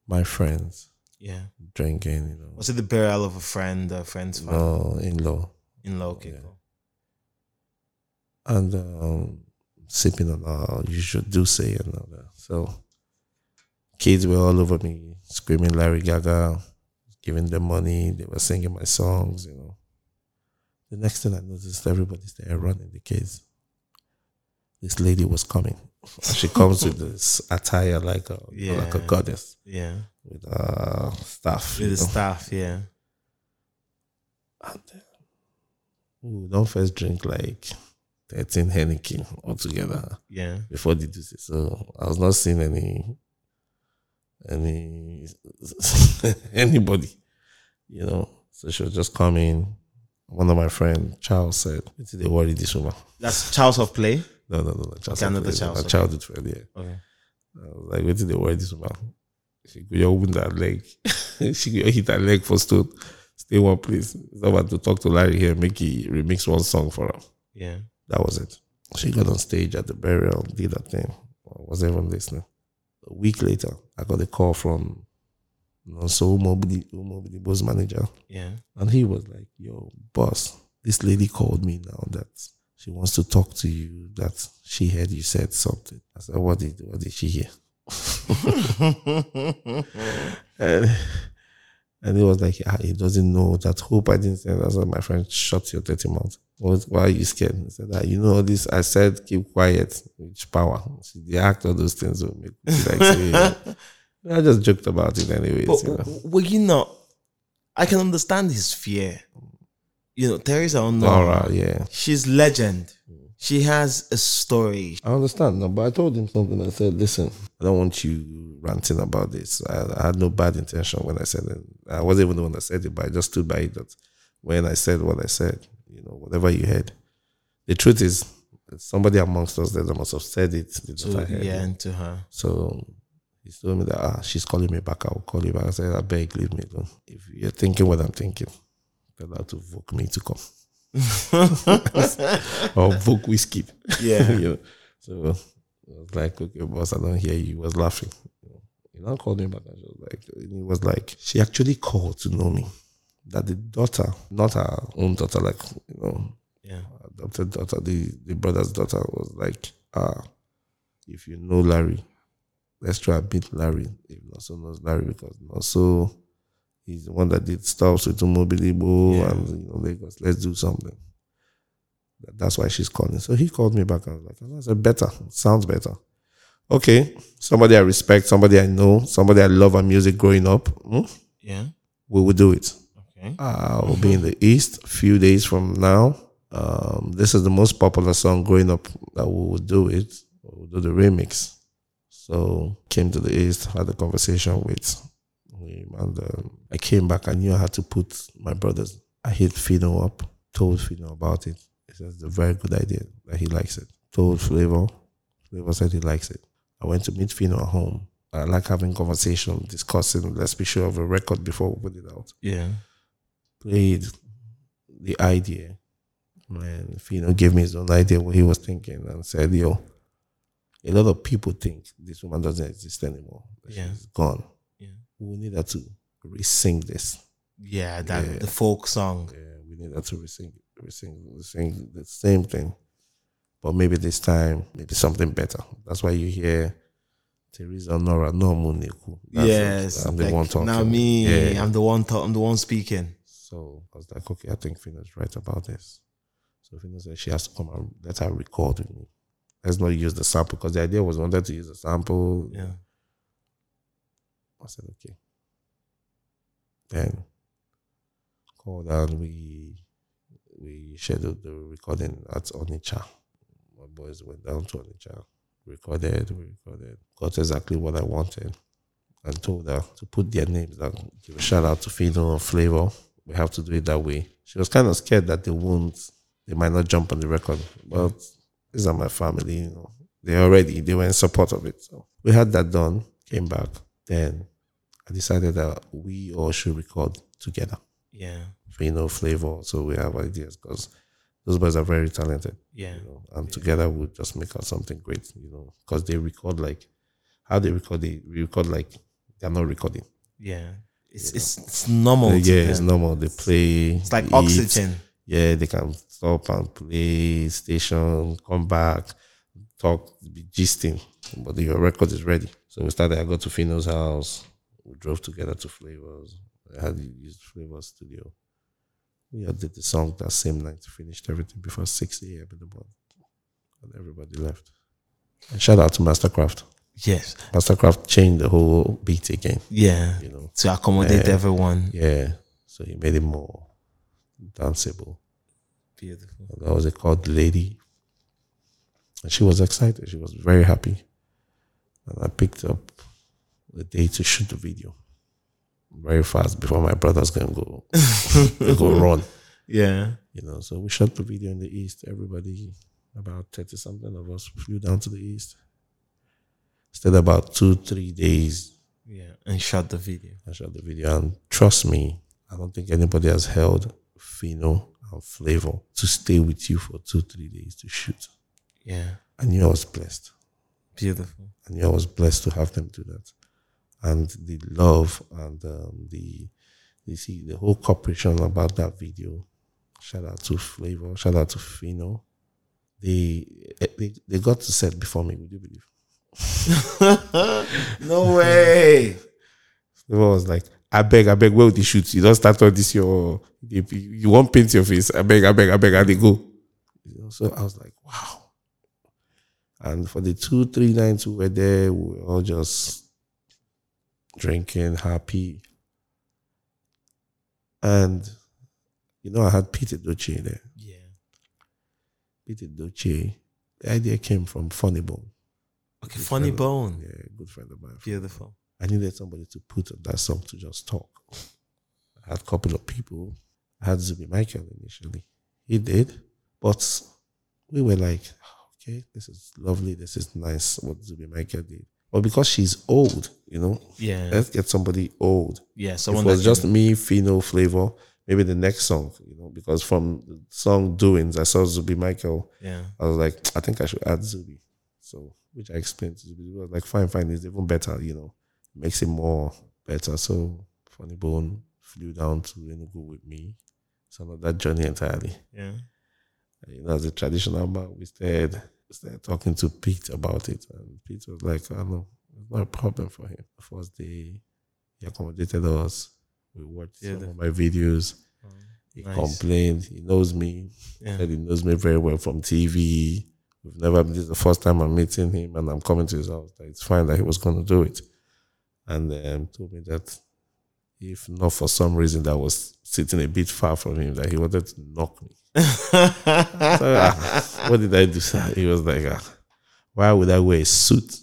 D: my friends,
C: yeah
D: drinking, you know,
C: was it the burial of a friend a friend's father
D: no, in law,
C: in law okay
D: Oh, yeah.
C: cool.
D: and um, sipping on our usual Douce and all that. So kids were all over me, screaming Larry Gaga, giving them money. They were singing my songs, you know. The next thing I noticed, everybody's there running the kids. This lady was coming. She comes with this attire like a like a
C: Yeah.
D: goddess
C: yeah
D: with uh staff.
C: with
D: you
C: the
D: know.
C: staff yeah
D: And then, ooh, don't first drink like thirteen Henneken altogether
C: yeah
D: before the Tuesday. So I was not seeing any any anybody, you know. So she was just coming. One of my friend, Charles, said, "What did they worry this woman?"
C: that's Charles of Play
D: No, no, no, no. Charles,
C: Okay, another
D: Charles,
C: Charles,
D: childhood friend. Yeah,
C: okay
D: I was like, "What did they worry this woman?" She could just open that leg. she could just hit that leg for stone. Stay one place. Someone to talk to Larry here, make he remix one song for her.
C: Yeah.
D: That was it. She got on stage at the burial, did that thing. I was everyone listening. A week later, I got a call from you know, so Umobidi, Umobidi boss manager.
C: Yeah.
D: And he was like, Yo, boss, this lady called me now that she wants to talk to you, that she heard you said something. I said, What did what did she hear? and, and he was like, ah, he doesn't know that hope I didn't say that's why my friend shut your dirty mouth. What why are you scared? He said that you know all this I said keep quiet, which power. She the act all those things will make me like say, you know. I just joked about it anyways.
C: But
D: you know.
C: w- were you not? I can understand his fear. You know, Teresa Ono.
D: Laura, yeah.
C: She's legend.
D: Mm.
C: She has a story.
D: I understand, no, but I told him something. I said, "Listen, I don't want you ranting about this. I, I had no bad intention when I said it. I wasn't even the one that said it, but I just stood by it. That when I said what I said, you know, whatever you heard, the truth is, somebody amongst us that must have said it. They just
C: To,
D: heard
C: yeah,
D: it.
C: and to her.
D: So he told me that ah, she's calling me back. I'll call you back. I said, I beg, leave me alone. If you're thinking what I'm thinking, tell her to vote me to come or vote whiskey.
C: Yeah.
D: you know. So I was like, okay, boss, I don't hear you. He was laughing. You know, He now called me back and she was like, and he was like, she actually called to know me. That the daughter, not her own daughter, like, you know,
C: yeah.
D: adopted daughter, the, the brother's daughter was like, ah, if you know Larry, let's try and beat Larry. If Nelson knows Larry, because Nelson he's the one that did stuff with Umobilibo
C: Yeah.
D: and you know Lagos. Let's do something. That- That's why she's calling. So he called me back and I was like, I said, better. Sounds better. Okay. Somebody I respect, somebody I know, somebody I love her music growing up. Hmm?
C: Yeah.
D: We will do it.
C: Okay.
D: I will Uh, be in the East a few days from now. Um, this is the most popular song growing up that we will do it. We'll do the remix. So came to the East, had a conversation with him, and um, I came back. I knew I had to put my brothers. I hit Fino up. Told Fino about it. He says it's a very good idea that he likes it. Told Flavor. Flavor said he likes it. I went to meet Fino at home. I like having conversation, discussing. Let's be sure of a record before we put it out
C: Yeah.
D: played the idea. And Fino gave me his own idea what he was thinking and said, Yo, a lot of people think this woman doesn't exist anymore.
C: Yeah.
D: She's gone.
C: Yeah.
D: We need her to re sing this.
C: Yeah. That
D: Yeah.
C: the folk song.
D: Yeah, we need her to re sing sing the same thing. But maybe this time, maybe something better. That's why you hear Teresa Nora no Muniku. That's
C: yes.
D: it. I'm the
C: like,
D: one talking.
C: Now me.
D: Yeah.
C: I'm the one. Ta- I'm the one speaking.
D: So I was like, okay, I think Fina's right about this. So Fina said she has to come and let her record with me. Let's not use the sample because the idea was wanted to use a sample.
C: Yeah.
D: I said, okay. Then called and we we scheduled the recording at Onicha. My boys went down to Onicha, recorded, we recorded, got exactly what I wanted, and told her to put their names down. Give a shout out to Fino and Flavor. We have to do it that way. She was kind of scared that they won't, they might not jump on the record, but these are my family, you know. They already they were in support of it. So we had that done, came back. Then I decided that we all should record together.
C: Yeah.
D: You know, flavor. So we have ideas because those boys are very talented.
C: Yeah.
D: You know, and together we'll just make out something great, you know. Because they record like how they record they record like they're not recording.
C: Yeah. It's it's, it's normal. to
D: yeah, it's
C: them.
D: normal. They play
C: It's like
D: eat,
C: oxygen.
D: yeah, they can stop and play station, come back, talk, be gisting. But your record is ready. So we started. I got to Fino's house. We drove together to Flavors. I had used Flavors studio. We had did the song that same night. Finished everything before six a.m. in the morning, and everybody left. And shout out to Mastercraft.
C: Yes.
D: Mastercraft changed the whole beat again.
C: Yeah.
D: You know.
C: To accommodate
D: Yeah.
C: everyone.
D: Yeah. So he made it more danceable.
C: Beautiful.
D: That was a called lady. And she was excited. She was very happy. And I picked up the day to shoot the video very fast before my brothers can go go run.
C: Yeah.
D: You know, so we shot the video in the east. Everybody, about thirty something of us, flew down to the east. Stayed about two, three days
C: Yeah. And shot the video.
D: I shot the video, and trust me, I don't think anybody has held Fino and Flavor to stay with you for two, three days to shoot.
C: Yeah.
D: I knew I was blessed.
C: Beautiful.
D: I knew I was blessed to have them do that, and the love and um, the you see the whole cooperation about that video. Shout out to Flavor. Shout out to Fino. They eh, they, they got to set before me. Would you believe?
C: No way.
D: Everyone was like, I beg, I beg, where would they shoot? You don't start all this, your you, you won't paint your face. I beg, I beg, I beg, and they go. You know, so I was like, wow. And for the two, three nights we were there, we were all just drinking, happy. And you know, I had Peter Doce there.
C: Yeah.
D: Peter Doce, the idea came from Funny Bone.
C: Okay. Funny bone.
D: Yeah, a good friend of mine.
C: Beautiful.
D: I needed somebody to put up that song to just talk. I had a couple of people. I had Zuby Michael initially. He did, but we were like, okay, this is lovely. This is nice what Zuby Michael did. But because she's old, you know,
C: Yeah.
D: let's get somebody old.
C: yeah. Someone
D: It was
C: that
D: just
C: you-
D: me, Fino, Flavor, maybe the next song, you know, because from the song Doings, I saw Zuby Michael
C: Yeah.
D: I was like, I think I should add Zubi. So, which I explained to Zubi. He was like, fine, fine, it's even better, you know, makes it more better. So, Funny Bone flew down to Enugu with me. It's another journey entirely.
C: Yeah.
D: And, you know, as a traditional man, we started, we started talking to Pete about it. And Pete was like, I don't know, it's not a problem for him. First day, he accommodated us. We watched
C: Yeah,
D: some
C: the- Mm.
D: of my videos. He
C: Nice.
D: complained. He knows me.
C: Yeah.
D: Said he knows me very well from TV. We've never. This is the first time I'm meeting him, and I'm coming to his house. That it's fine that he was going to do it, and um, told me that if not for some reason that I was sitting a bit far from him, that he wanted to knock me. So, ah, what did I do? sir? He was like, ah, "Why would I wear a suit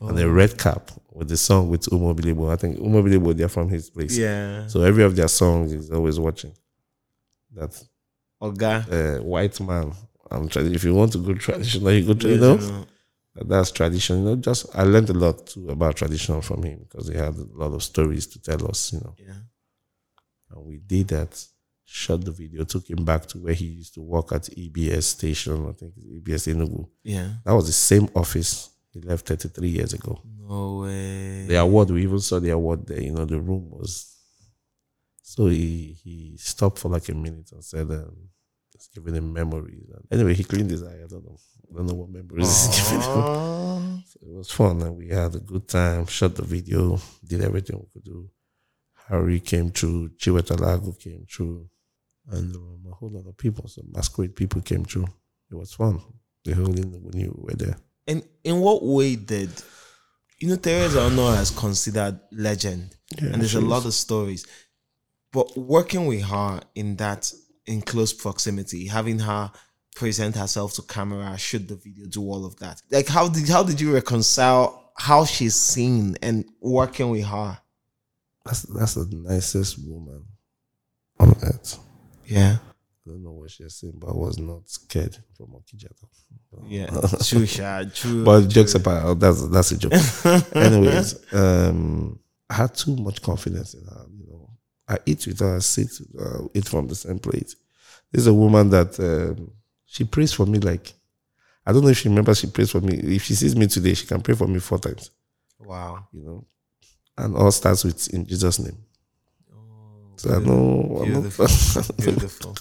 D: and
C: Oh.
D: a red cap with the song with Umo Bilebo? I think Umo Bilebo, they're from his place.
C: Yeah.
D: So every of their songs is always watching. That
C: Oga.
D: uh, white man. I'm trying. If you want to go traditional, you go to you know. That's tradition. You know, just I learned a lot too about traditional from him because he had a lot of stories to tell us. You know,
C: Yeah.
D: and we did that. Shot the video, took him back to where he used to work at EBS station. I think it's EBS Enugu.
C: Yeah.
D: That was the same office he left 33 years ago.
C: No way.
D: The award we even saw the award there. You know, the room was. So he he stopped for like a minute and said, um, "It's giving him memories." And anyway, he cleaned his eye. I don't know. I don't know what memories it's giving him.
C: Oh.
D: So it was fun, and we had a good time. Shot the video, did everything we could do. Harry came through, Chiwetalago came through, and um, a whole lot of people, some masquerade people came through. It was fun. The whole Enugu knew we were there.
C: And in what way did you know Teresa Honor has considered legend, and there's a
D: she
C: lot of stories. But working with her in that in close proximity, having her present herself to camera, shoot the video, do all of that. Like how did how did you reconcile how she's seen and working with her?
D: That's that's the nicest woman on earth.
C: Yeah.
D: I don't know what she has seen, but I was not scared from Okija.
C: Yeah. true, Sha, true.
D: But jokes apart, uh, that's that's a joke. Anyways, um, I had too much confidence in her. You know, I eat with her, I sit, with her, eat from the same plate. This is a woman that um, she prays for me. Like, I don't know if she remembers she prays for me. If she sees me today, she can pray for me four times.
C: wow.
D: You know, and all starts with in Jesus' name. So I know. I'm not-
C: Beautiful. Beautiful. Beautiful.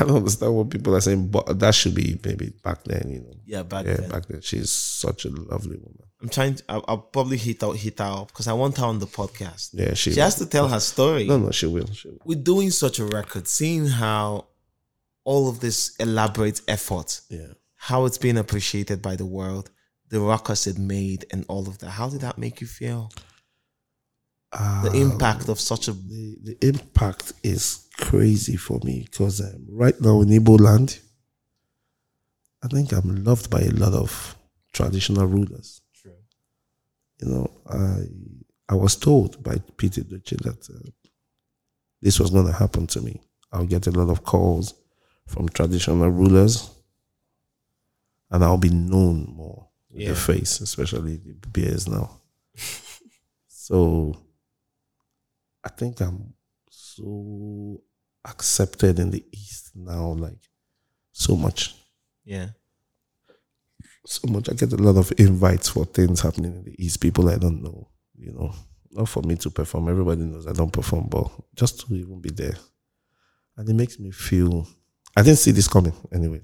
D: I don't understand what people are saying, but that should be maybe back then, you know.
C: Yeah, but
D: Yeah, back then. She's such a lovely woman.
C: I'm trying. To, I'll, I'll probably hit out, hit her up because I want her on the podcast.
D: Yeah, she.
C: She has to tell her story.
D: no, no, she will. She will.
C: We're doing such a record, seeing how all of this elaborate effort,
D: Yeah.
C: how it's been appreciated by the world, the ruckus it made, and all of that. How did that make you feel? The impact of such a
D: The, the impact is crazy for me because um, right now in Igbo land, I think I'm loved by a lot of traditional rulers. You know, I I was told by Peter Duce that uh, this was going to happen to me. I'll get a lot of calls from traditional rulers, and I'll be known more with
C: Yeah.
D: the face, especially the beers now. So I think I'm so accepted in the East now, like so much.
C: Yeah.
D: So much. I get a lot of invites for things happening in the East. People I don't know, you know. Not for me to perform. Everybody knows I don't perform, but just to even be there. And it makes me feel I didn't see this coming anyway.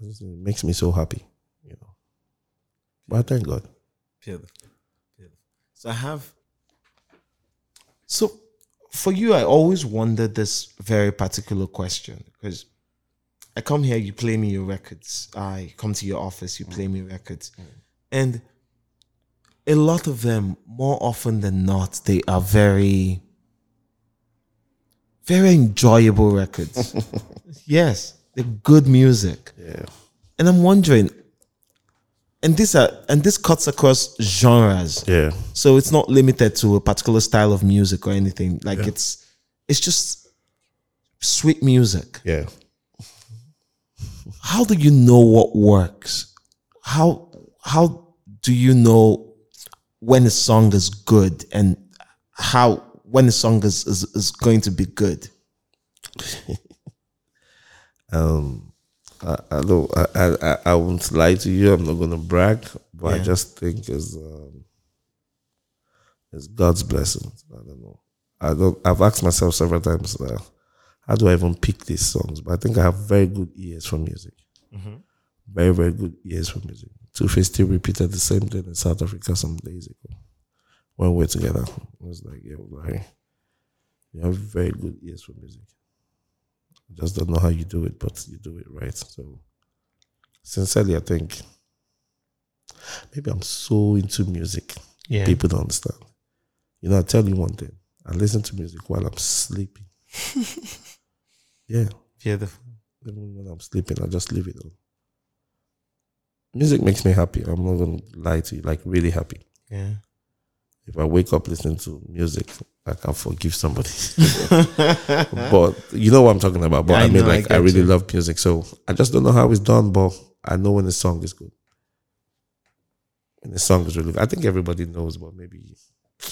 D: I just- It makes me so happy, you know. But I thank God.
C: Beautiful. Beautiful. So I have. So for you, I always wondered this very particular question because I come here, you play me your records. I come to your office, you play me records. And a lot of them, more often than not, they are very, very enjoyable records. yes, they're good music.
D: Yeah.
C: And I'm wondering, and these are and this cuts across genres.
D: Yeah.
C: So it's not limited to a particular style of music or anything. Like it's it's just sweet music.
D: Yeah.
C: How do you know what works? How how do you know when a song is good and how when a song is is, is going to be good?
D: Um, I, I don't. I, I I- I won't lie to you. I'm not gonna brag, but I
C: Yeah.
D: just think it's um, it's God's blessing. I don't know. I don't. I've asked myself several times, uh, how do I even pick these songs? But I think I have very good ears for music. Very very good ears for music. Two Face still repeated the same thing in South Africa some days ago when we were together. It was like, yeah, like, you have very good ears for music just don't know how you do it, but you do it right. So, sincerely, I think maybe I'm so into music.
C: Yeah.
D: People don't understand. You know, I tell you one thing I listen to music while I'm sleeping. yeah.
C: Beautiful.
D: Even when I'm sleeping, I just leave it on. Music makes me happy. I'm not going to lie to you, like, really happy.
C: Yeah.
D: If I wake up listening to music, I can forgive somebody. but you know what I'm talking about. But
C: Yeah,
D: I,
C: I
D: mean,
C: know, I
D: like, I,
C: get
D: really
C: you.
D: love music. So I just don't know how it's done, but I know when the song is good. And the song is really good. I think everybody knows, but maybe,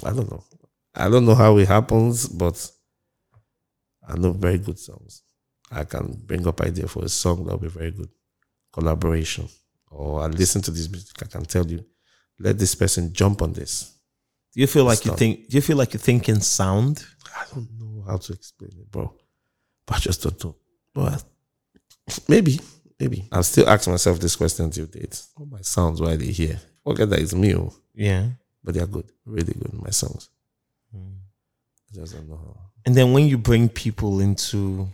D: I don't know. I don't know how it happens, but I know very good songs. I can bring up idea for a song that'll be very good. Collaboration. Or I listen to this music, I can tell you, let this person jump on this.
C: Do you feel like you
D: Stop.
C: think do you feel like you think in sound?
D: I don't know how to explain it, bro. But I just don't know. But maybe, maybe. I'm still asking myself this question till date. All my sounds, why they here? Forget that it's me, oh,
C: Yeah.
D: but they are good, really good. My songs. I just don't know how.
C: And then when you bring people into,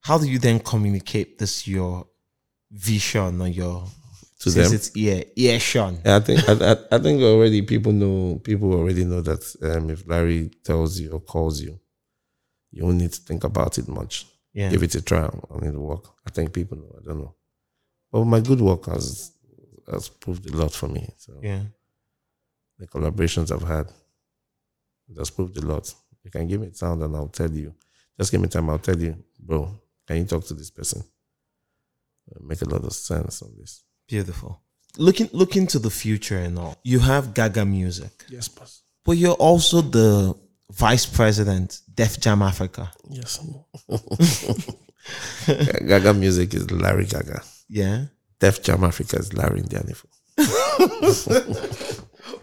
C: how do you then communicate this your vision or your
D: To
C: since
D: them,
C: It's ear ear Sean.
D: I think I, I, I think already people know. People already know that um, if Larry tells you or calls you, you don't need to think about it much.
C: Yeah.
D: give it a try and it'll work. I think people know. I don't know, but my good work has has proved a lot for me. So
C: Yeah.
D: the collaborations I've had it has proved a lot. You can give me sound and I'll tell you. Just give me time. I'll tell you, bro. Can you talk to this person? It'll make a lot of sense on this.
C: Beautiful. Looking looking to the future and all. You have Gaga music,
D: Yes, boss.
C: but you're also the vice president Def Jam Africa.
D: Yes. Gaga music is Larry Gaga.
C: Yeah.
D: Def Jam Africa is Larry Indianifo.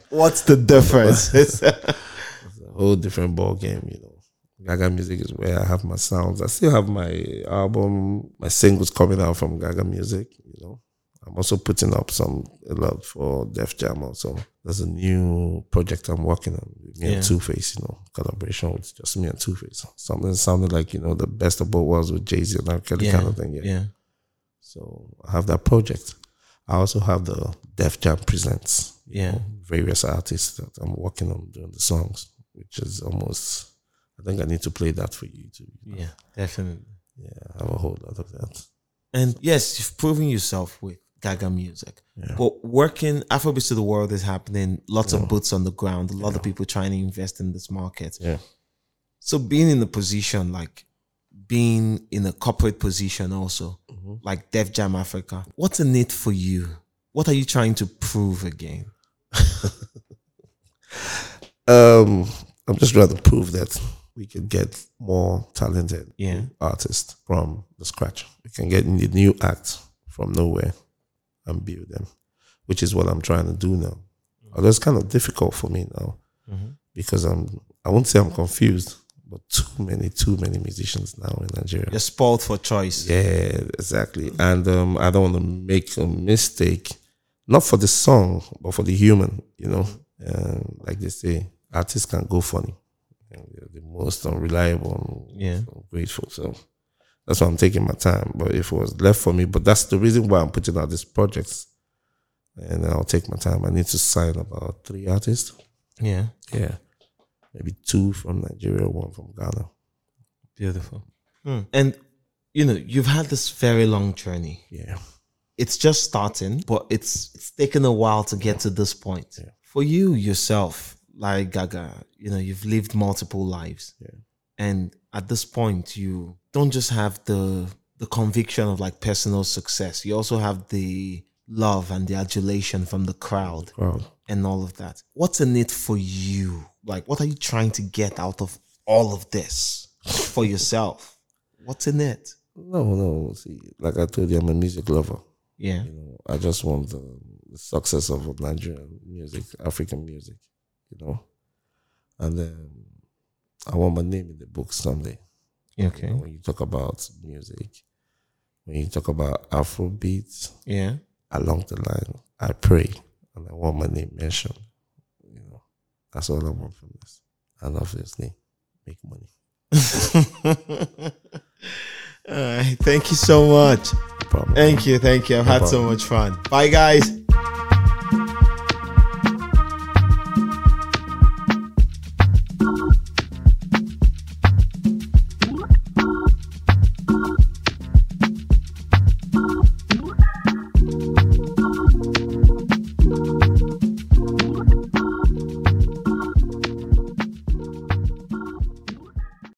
C: What's the difference?
D: whole different ball game, you know. Gaga music is where I have my sounds. I still have my album, my singles coming out from Gaga music, you know. I'm also putting up some a lot for Def Jam also. There's a new project I'm working on with me
C: Yeah.
D: and Two Face, you know, collaboration with just me and Two Face. Something sounded like, you know, the best of both worlds with Jay Z and R. Kelly kind
C: yeah.
D: of thing. Yeah.
C: Yeah.
D: So I have that project. I also have the Def Jam Presents
C: Yeah.
D: various artists that I'm working on doing the songs, which is almost. I think I need to play that for you too.
C: Yeah. Definitely.
D: Yeah, I have a whole lot of that.
C: And yes, you've proven yourself with Gaga music.
D: Yeah.
C: But working Afrobeats to the world is happening. Lots of boots on the ground. A lot of people trying to invest in this market.
D: Yeah,
C: So being in the position, like being in a corporate position, also
D: Mm-hmm.
C: like Def Jam Africa. What's in it for you? What are you trying to prove again?
D: Um, I'm just trying to prove that we can get more talented
C: Yeah.
D: artists from the scratch. We can get the new acts from nowhere and build them, which is what I'm trying to do now. Although it's kind of difficult for me now because I'm I won't say I'm confused, but too many, too many musicians now in Nigeria.
C: You're spoiled for choice.
D: Yeah, exactly. And um, I don't want to make a mistake, not for the song, but for the human, you know. Uh, like they say, artists can go funny. And They're the most unreliable and
C: Yeah.
D: grateful. So that's why I'm taking my time. But if it was left for me, but that's the reason why I'm putting out these projects. And I'll take my time. I need to sign about three artists.
C: Yeah.
D: Yeah. Maybe two from Nigeria, one from Ghana.
C: Beautiful. And you know, you've had this very long journey.
D: Yeah.
C: It's just starting, but it's it's taken a while to get to this point. For you yourself, Larry Gaga, you know, you've lived multiple lives.
D: Yeah.
C: And at this point, you don't just have the the conviction of like personal success. You also have the love and the adulation from the crowd
D: Wow.
C: and all of that. What's in it for you? Like, what are you trying to get out of all of this for yourself? What's in it?
D: No, no. See, like I told you, I'm a music lover.
C: Yeah.
D: You know, I just want the, the success of Nigerian music, African music. You know, and then I want my name in the book someday. You
C: Okay.
D: know, when you talk about music, when you talk about Afrobeats,
C: Yeah.
D: along the line, I pray and I want my name mentioned. You know, that's all I want from this. And obviously, make money.
C: All right. Thank you so much.
D: Problem.
C: Thank you. Thank you. I've had so much fun. Bye, guys.